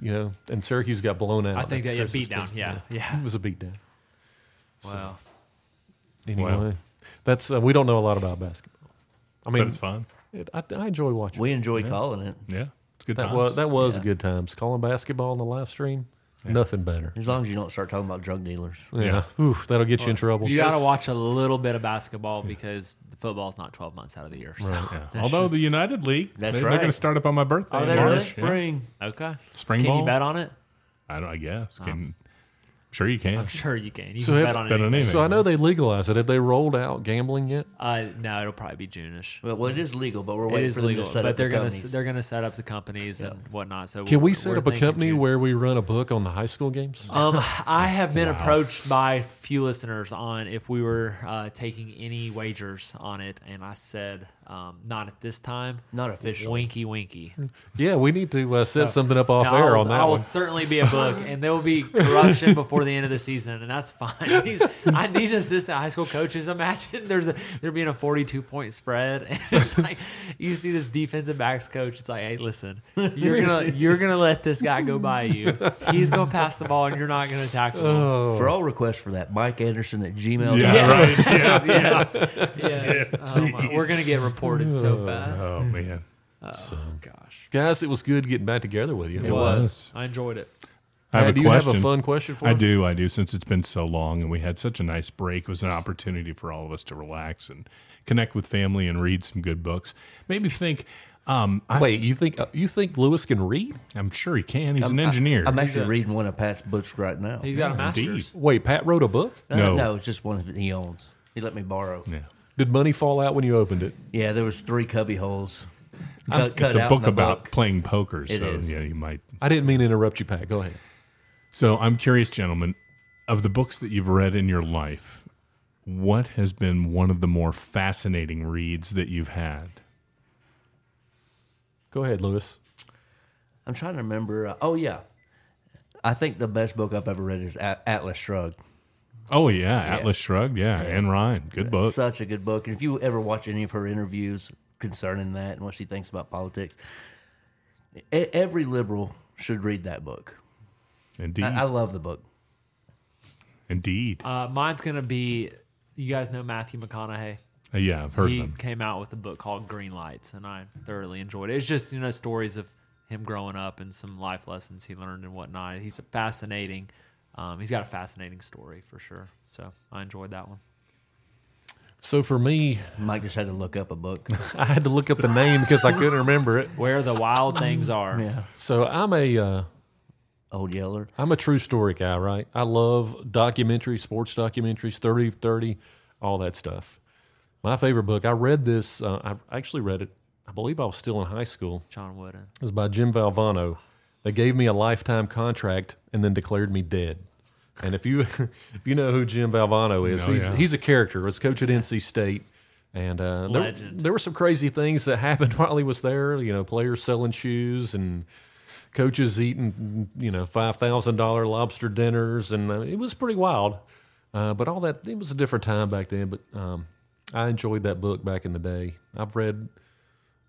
Speaker 4: You know, and Syracuse got blown out.
Speaker 6: I think that
Speaker 4: That's
Speaker 6: yeah,
Speaker 4: Chris's
Speaker 6: beat down.
Speaker 4: team.
Speaker 6: Yeah, yeah.
Speaker 4: It was a beatdown.
Speaker 6: Wow.
Speaker 4: Anyway,
Speaker 3: Wow.
Speaker 4: that's uh, we don't know a lot about basketball. I
Speaker 3: but
Speaker 4: mean,
Speaker 3: it's fun.
Speaker 4: it, I, I enjoy watching.
Speaker 5: We enjoy calling it.
Speaker 3: Yeah, it's good.
Speaker 4: that
Speaker 3: times.
Speaker 4: was that was good times. Calling basketball on the live stream, nothing better.
Speaker 5: As long as you don't start talking about drug dealers.
Speaker 4: Yeah, Oof, that'll get you in trouble.
Speaker 6: You got to watch a little bit of basketball because football's not 12 months out of the year. So.
Speaker 3: Yeah. Although the United League,
Speaker 5: That's
Speaker 3: they,
Speaker 5: right.
Speaker 3: they're going to start up on my birthday.
Speaker 6: Are
Speaker 3: in
Speaker 6: they really?
Speaker 3: March. Yeah.
Speaker 5: Spring.
Speaker 6: Okay.
Speaker 3: Spring
Speaker 6: Can
Speaker 3: ball.
Speaker 6: you bet on it?
Speaker 3: I don't. I guess. Can, sure you can.
Speaker 6: I'm sure you can. You
Speaker 4: So
Speaker 6: can
Speaker 4: have-
Speaker 6: bet on
Speaker 3: Bet on
Speaker 6: anything.
Speaker 3: anything.
Speaker 4: So I know they legalized it. Have they rolled out gambling yet?
Speaker 6: Uh, no, it'll probably be June-ish.
Speaker 5: Well, well, it is legal, but we're
Speaker 6: It
Speaker 5: waiting
Speaker 6: is
Speaker 5: for them
Speaker 6: legal,
Speaker 5: to set
Speaker 6: but
Speaker 5: up
Speaker 6: they're
Speaker 5: the
Speaker 6: gonna
Speaker 5: companies.
Speaker 6: they're gonna set up the companies and whatnot. So
Speaker 4: Can we
Speaker 6: we're-
Speaker 4: set
Speaker 6: we're
Speaker 4: up a
Speaker 6: thinking
Speaker 4: company
Speaker 6: June.
Speaker 4: where we run a book on the high school games?
Speaker 3: Uh,
Speaker 6: Um, I have been approached by a few listeners on if we were uh, taking any wagers on it, and I said uh, Um, not at this time.
Speaker 5: Not officially.
Speaker 6: Winky, winky.
Speaker 4: Yeah, we need to uh, set something up off
Speaker 6: No,
Speaker 4: air on
Speaker 6: I will-
Speaker 4: that
Speaker 6: I will
Speaker 4: one.
Speaker 6: certainly be a
Speaker 4: [LAUGHS]
Speaker 6: book, and there will be corruption before the end of the season, and that's fine. [LAUGHS] These, I, these assistant high school coaches, imagine there's a, there being a 42 point spread, and
Speaker 4: [LAUGHS]
Speaker 6: it's like you see this defensive backs coach. It's like, hey, listen,
Speaker 4: [LAUGHS]
Speaker 6: you're gonna you're gonna let this guy go by you. He's gonna pass the ball, and you're not gonna tackle him.
Speaker 4: Oh.
Speaker 6: [LAUGHS]
Speaker 5: For all requests for that, Mike Anderson at Gmail.
Speaker 3: Yeah, right.
Speaker 4: [LAUGHS]
Speaker 3: Yeah.
Speaker 6: Yes. Oh, my- we're gonna get reported so fast.
Speaker 3: Oh man.
Speaker 6: Oh gosh,
Speaker 4: Guys, it was good getting back together with you.
Speaker 6: it was. I enjoyed it.
Speaker 3: I have
Speaker 4: Hey,
Speaker 3: a
Speaker 4: do you
Speaker 3: question.
Speaker 4: have a fun question for
Speaker 3: I
Speaker 4: us?
Speaker 3: do, I do. Since it's been so long and we had such a nice break, it was an opportunity for all of us to relax and connect with family and read some good books. Made me think. Um, I,
Speaker 4: Wait, you think uh, you think Lewis can read?
Speaker 3: I'm sure he can. He's an engineer.
Speaker 5: I'm actually reading one of Pat's books right now.
Speaker 6: He's got a master's.
Speaker 4: Wait, Pat wrote a book.
Speaker 5: Uh,
Speaker 3: No.
Speaker 5: no, it's just one that he owns. He let me borrow. Yeah,
Speaker 3: yeah.
Speaker 4: Did money fall out when you opened it?
Speaker 5: there was three cubby holes.
Speaker 3: It's- it's a
Speaker 5: out in
Speaker 3: book
Speaker 5: the
Speaker 3: about playing poker, so
Speaker 5: is.
Speaker 3: yeah, you might.
Speaker 4: I didn't mean to interrupt you, Pat. Go ahead.
Speaker 3: So I'm curious, gentlemen, of the books that you've read in your life, what has been one of the more fascinating reads that you've had?
Speaker 4: Go ahead, Lewis.
Speaker 5: I'm trying to remember. Uh, oh yeah, I think the best book I've ever read is At- Atlas Shrugged.
Speaker 3: Oh yeah, Atlas Shrugged. Yeah, Anne Ryan, good book.
Speaker 5: Such a good book. And if you ever watch any of her interviews concerning that and what she thinks about politics, e- every liberal should read that book.
Speaker 3: Indeed,
Speaker 5: I, I love the book.
Speaker 3: indeed.
Speaker 6: Uh, mine's gonna be. You guys know Matthew McConaughey.
Speaker 3: Uh, yeah, I've heard
Speaker 6: he
Speaker 3: of them.
Speaker 6: came out with a book called Green Lights, and I thoroughly enjoyed it. It's just you know stories of him growing up and some life lessons he learned and whatnot. He's a fascinating. Um, he's got a fascinating story for sure. So I enjoyed that one.
Speaker 4: So for me,
Speaker 5: Mike just had to look up a book. [LAUGHS]
Speaker 4: I had to look up the name because I couldn't remember it.
Speaker 6: Where the wild things are.
Speaker 4: So I'm a uh,
Speaker 5: Old Yeller.
Speaker 4: I'm a true story guy, right? I love documentaries, sports documentaries, 30 30, all that stuff. My favorite book, I read this, uh, I actually read it, I believe I was still in high school.
Speaker 6: John Wooden.
Speaker 4: It was by Jim Valvano. They gave me a lifetime contract and then declared me dead. And if you [LAUGHS] if you know who Jim Valvano is,
Speaker 3: Oh,
Speaker 4: he's,
Speaker 3: yeah.
Speaker 4: he's a character. He was coach at NC State. And uh, there,
Speaker 6: Legend.
Speaker 4: there were some crazy things that [LAUGHS] happened while he was there. You know, players selling shoes and coaches eating, you know, $5,000 lobster dinners. And uh, it was pretty wild. Uh, but all that, it was a different time back then. But um, I enjoyed that book back in the day. I've read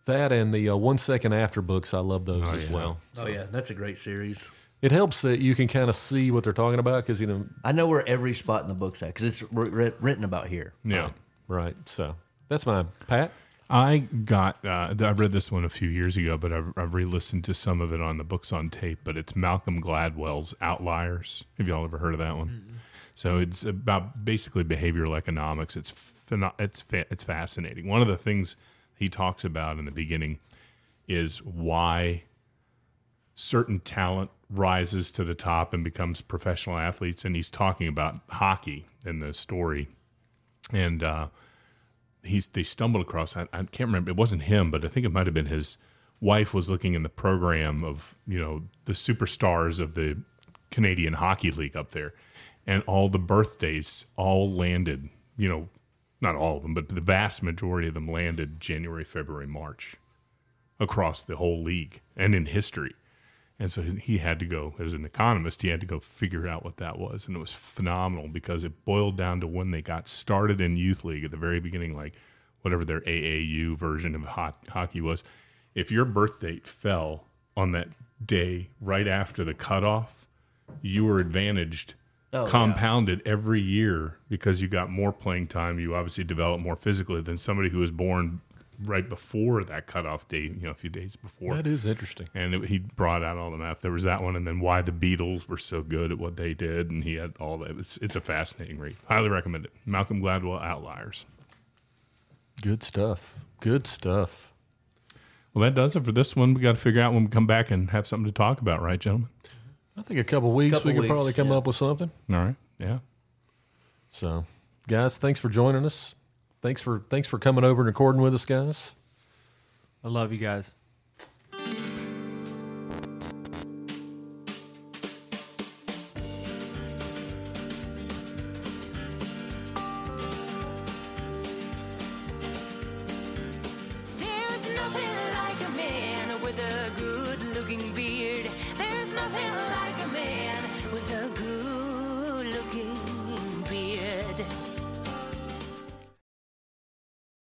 Speaker 4: that and the uh, One Second After books. I love those as well.
Speaker 5: Oh yeah, that's a great series.
Speaker 4: It helps that you can kind of see what they're talking about because, you know,
Speaker 5: I know where every spot in the book's at because it's wr- writ- written about here.
Speaker 3: Yeah.
Speaker 4: right. So that's my Pat.
Speaker 3: I got. Uh, I read this one a few years ago, but I've, I've re-listened to some of it on the books on tape. But it's Malcolm Gladwell's Outliers. Have y'all ever heard of that one? So it's about basically behavioral economics. It's pheno- it's fa- it's fascinating. One of the things he talks about in the beginning is why certain talent rises to the top and becomes professional athletes. And he's talking about hockey in the story, and. uh he's they stumbled across I, I can't remember it wasn't him but i think it might have been his wife was looking in the program of you know the superstars of the canadian hockey league up there and all the birthdays all landed you know not all of them but the vast majority of them landed january february march across the whole league and in history and so he- he had to go as an economist he had to go figure out what that was and it was phenomenal because it boiled down to when they got started in youth league at the very beginning like whatever their aau version of ho- hockey was if your birth date fell on that day right after the cutoff you were advantaged
Speaker 5: Oh, yeah.
Speaker 3: compounded every year because you got more playing time you obviously developed more physically than somebody who was born right before that cutoff date you know a few days before
Speaker 4: That is interesting.
Speaker 3: and it, he brought out all the math. There was that one, and then why the Beatles were so good at what they did, and he had all that. It's, it's a fascinating read. Highly recommend it. Malcolm Gladwell Outliers.
Speaker 4: Good stuff. Good stuff.
Speaker 3: Well, that does it for this one. We got to figure out when we come back and have something to talk about, right, gentlemen?
Speaker 4: I think a couple weeks
Speaker 5: Couple
Speaker 4: we could
Speaker 5: weeks,
Speaker 4: probably come
Speaker 5: yeah.
Speaker 4: up with something.
Speaker 3: All right. Yeah.
Speaker 4: So, guys, thanks for joining us. Thanks for thanks for coming over and recording with us, guys.
Speaker 6: I love you guys.
Speaker 2: looking beard.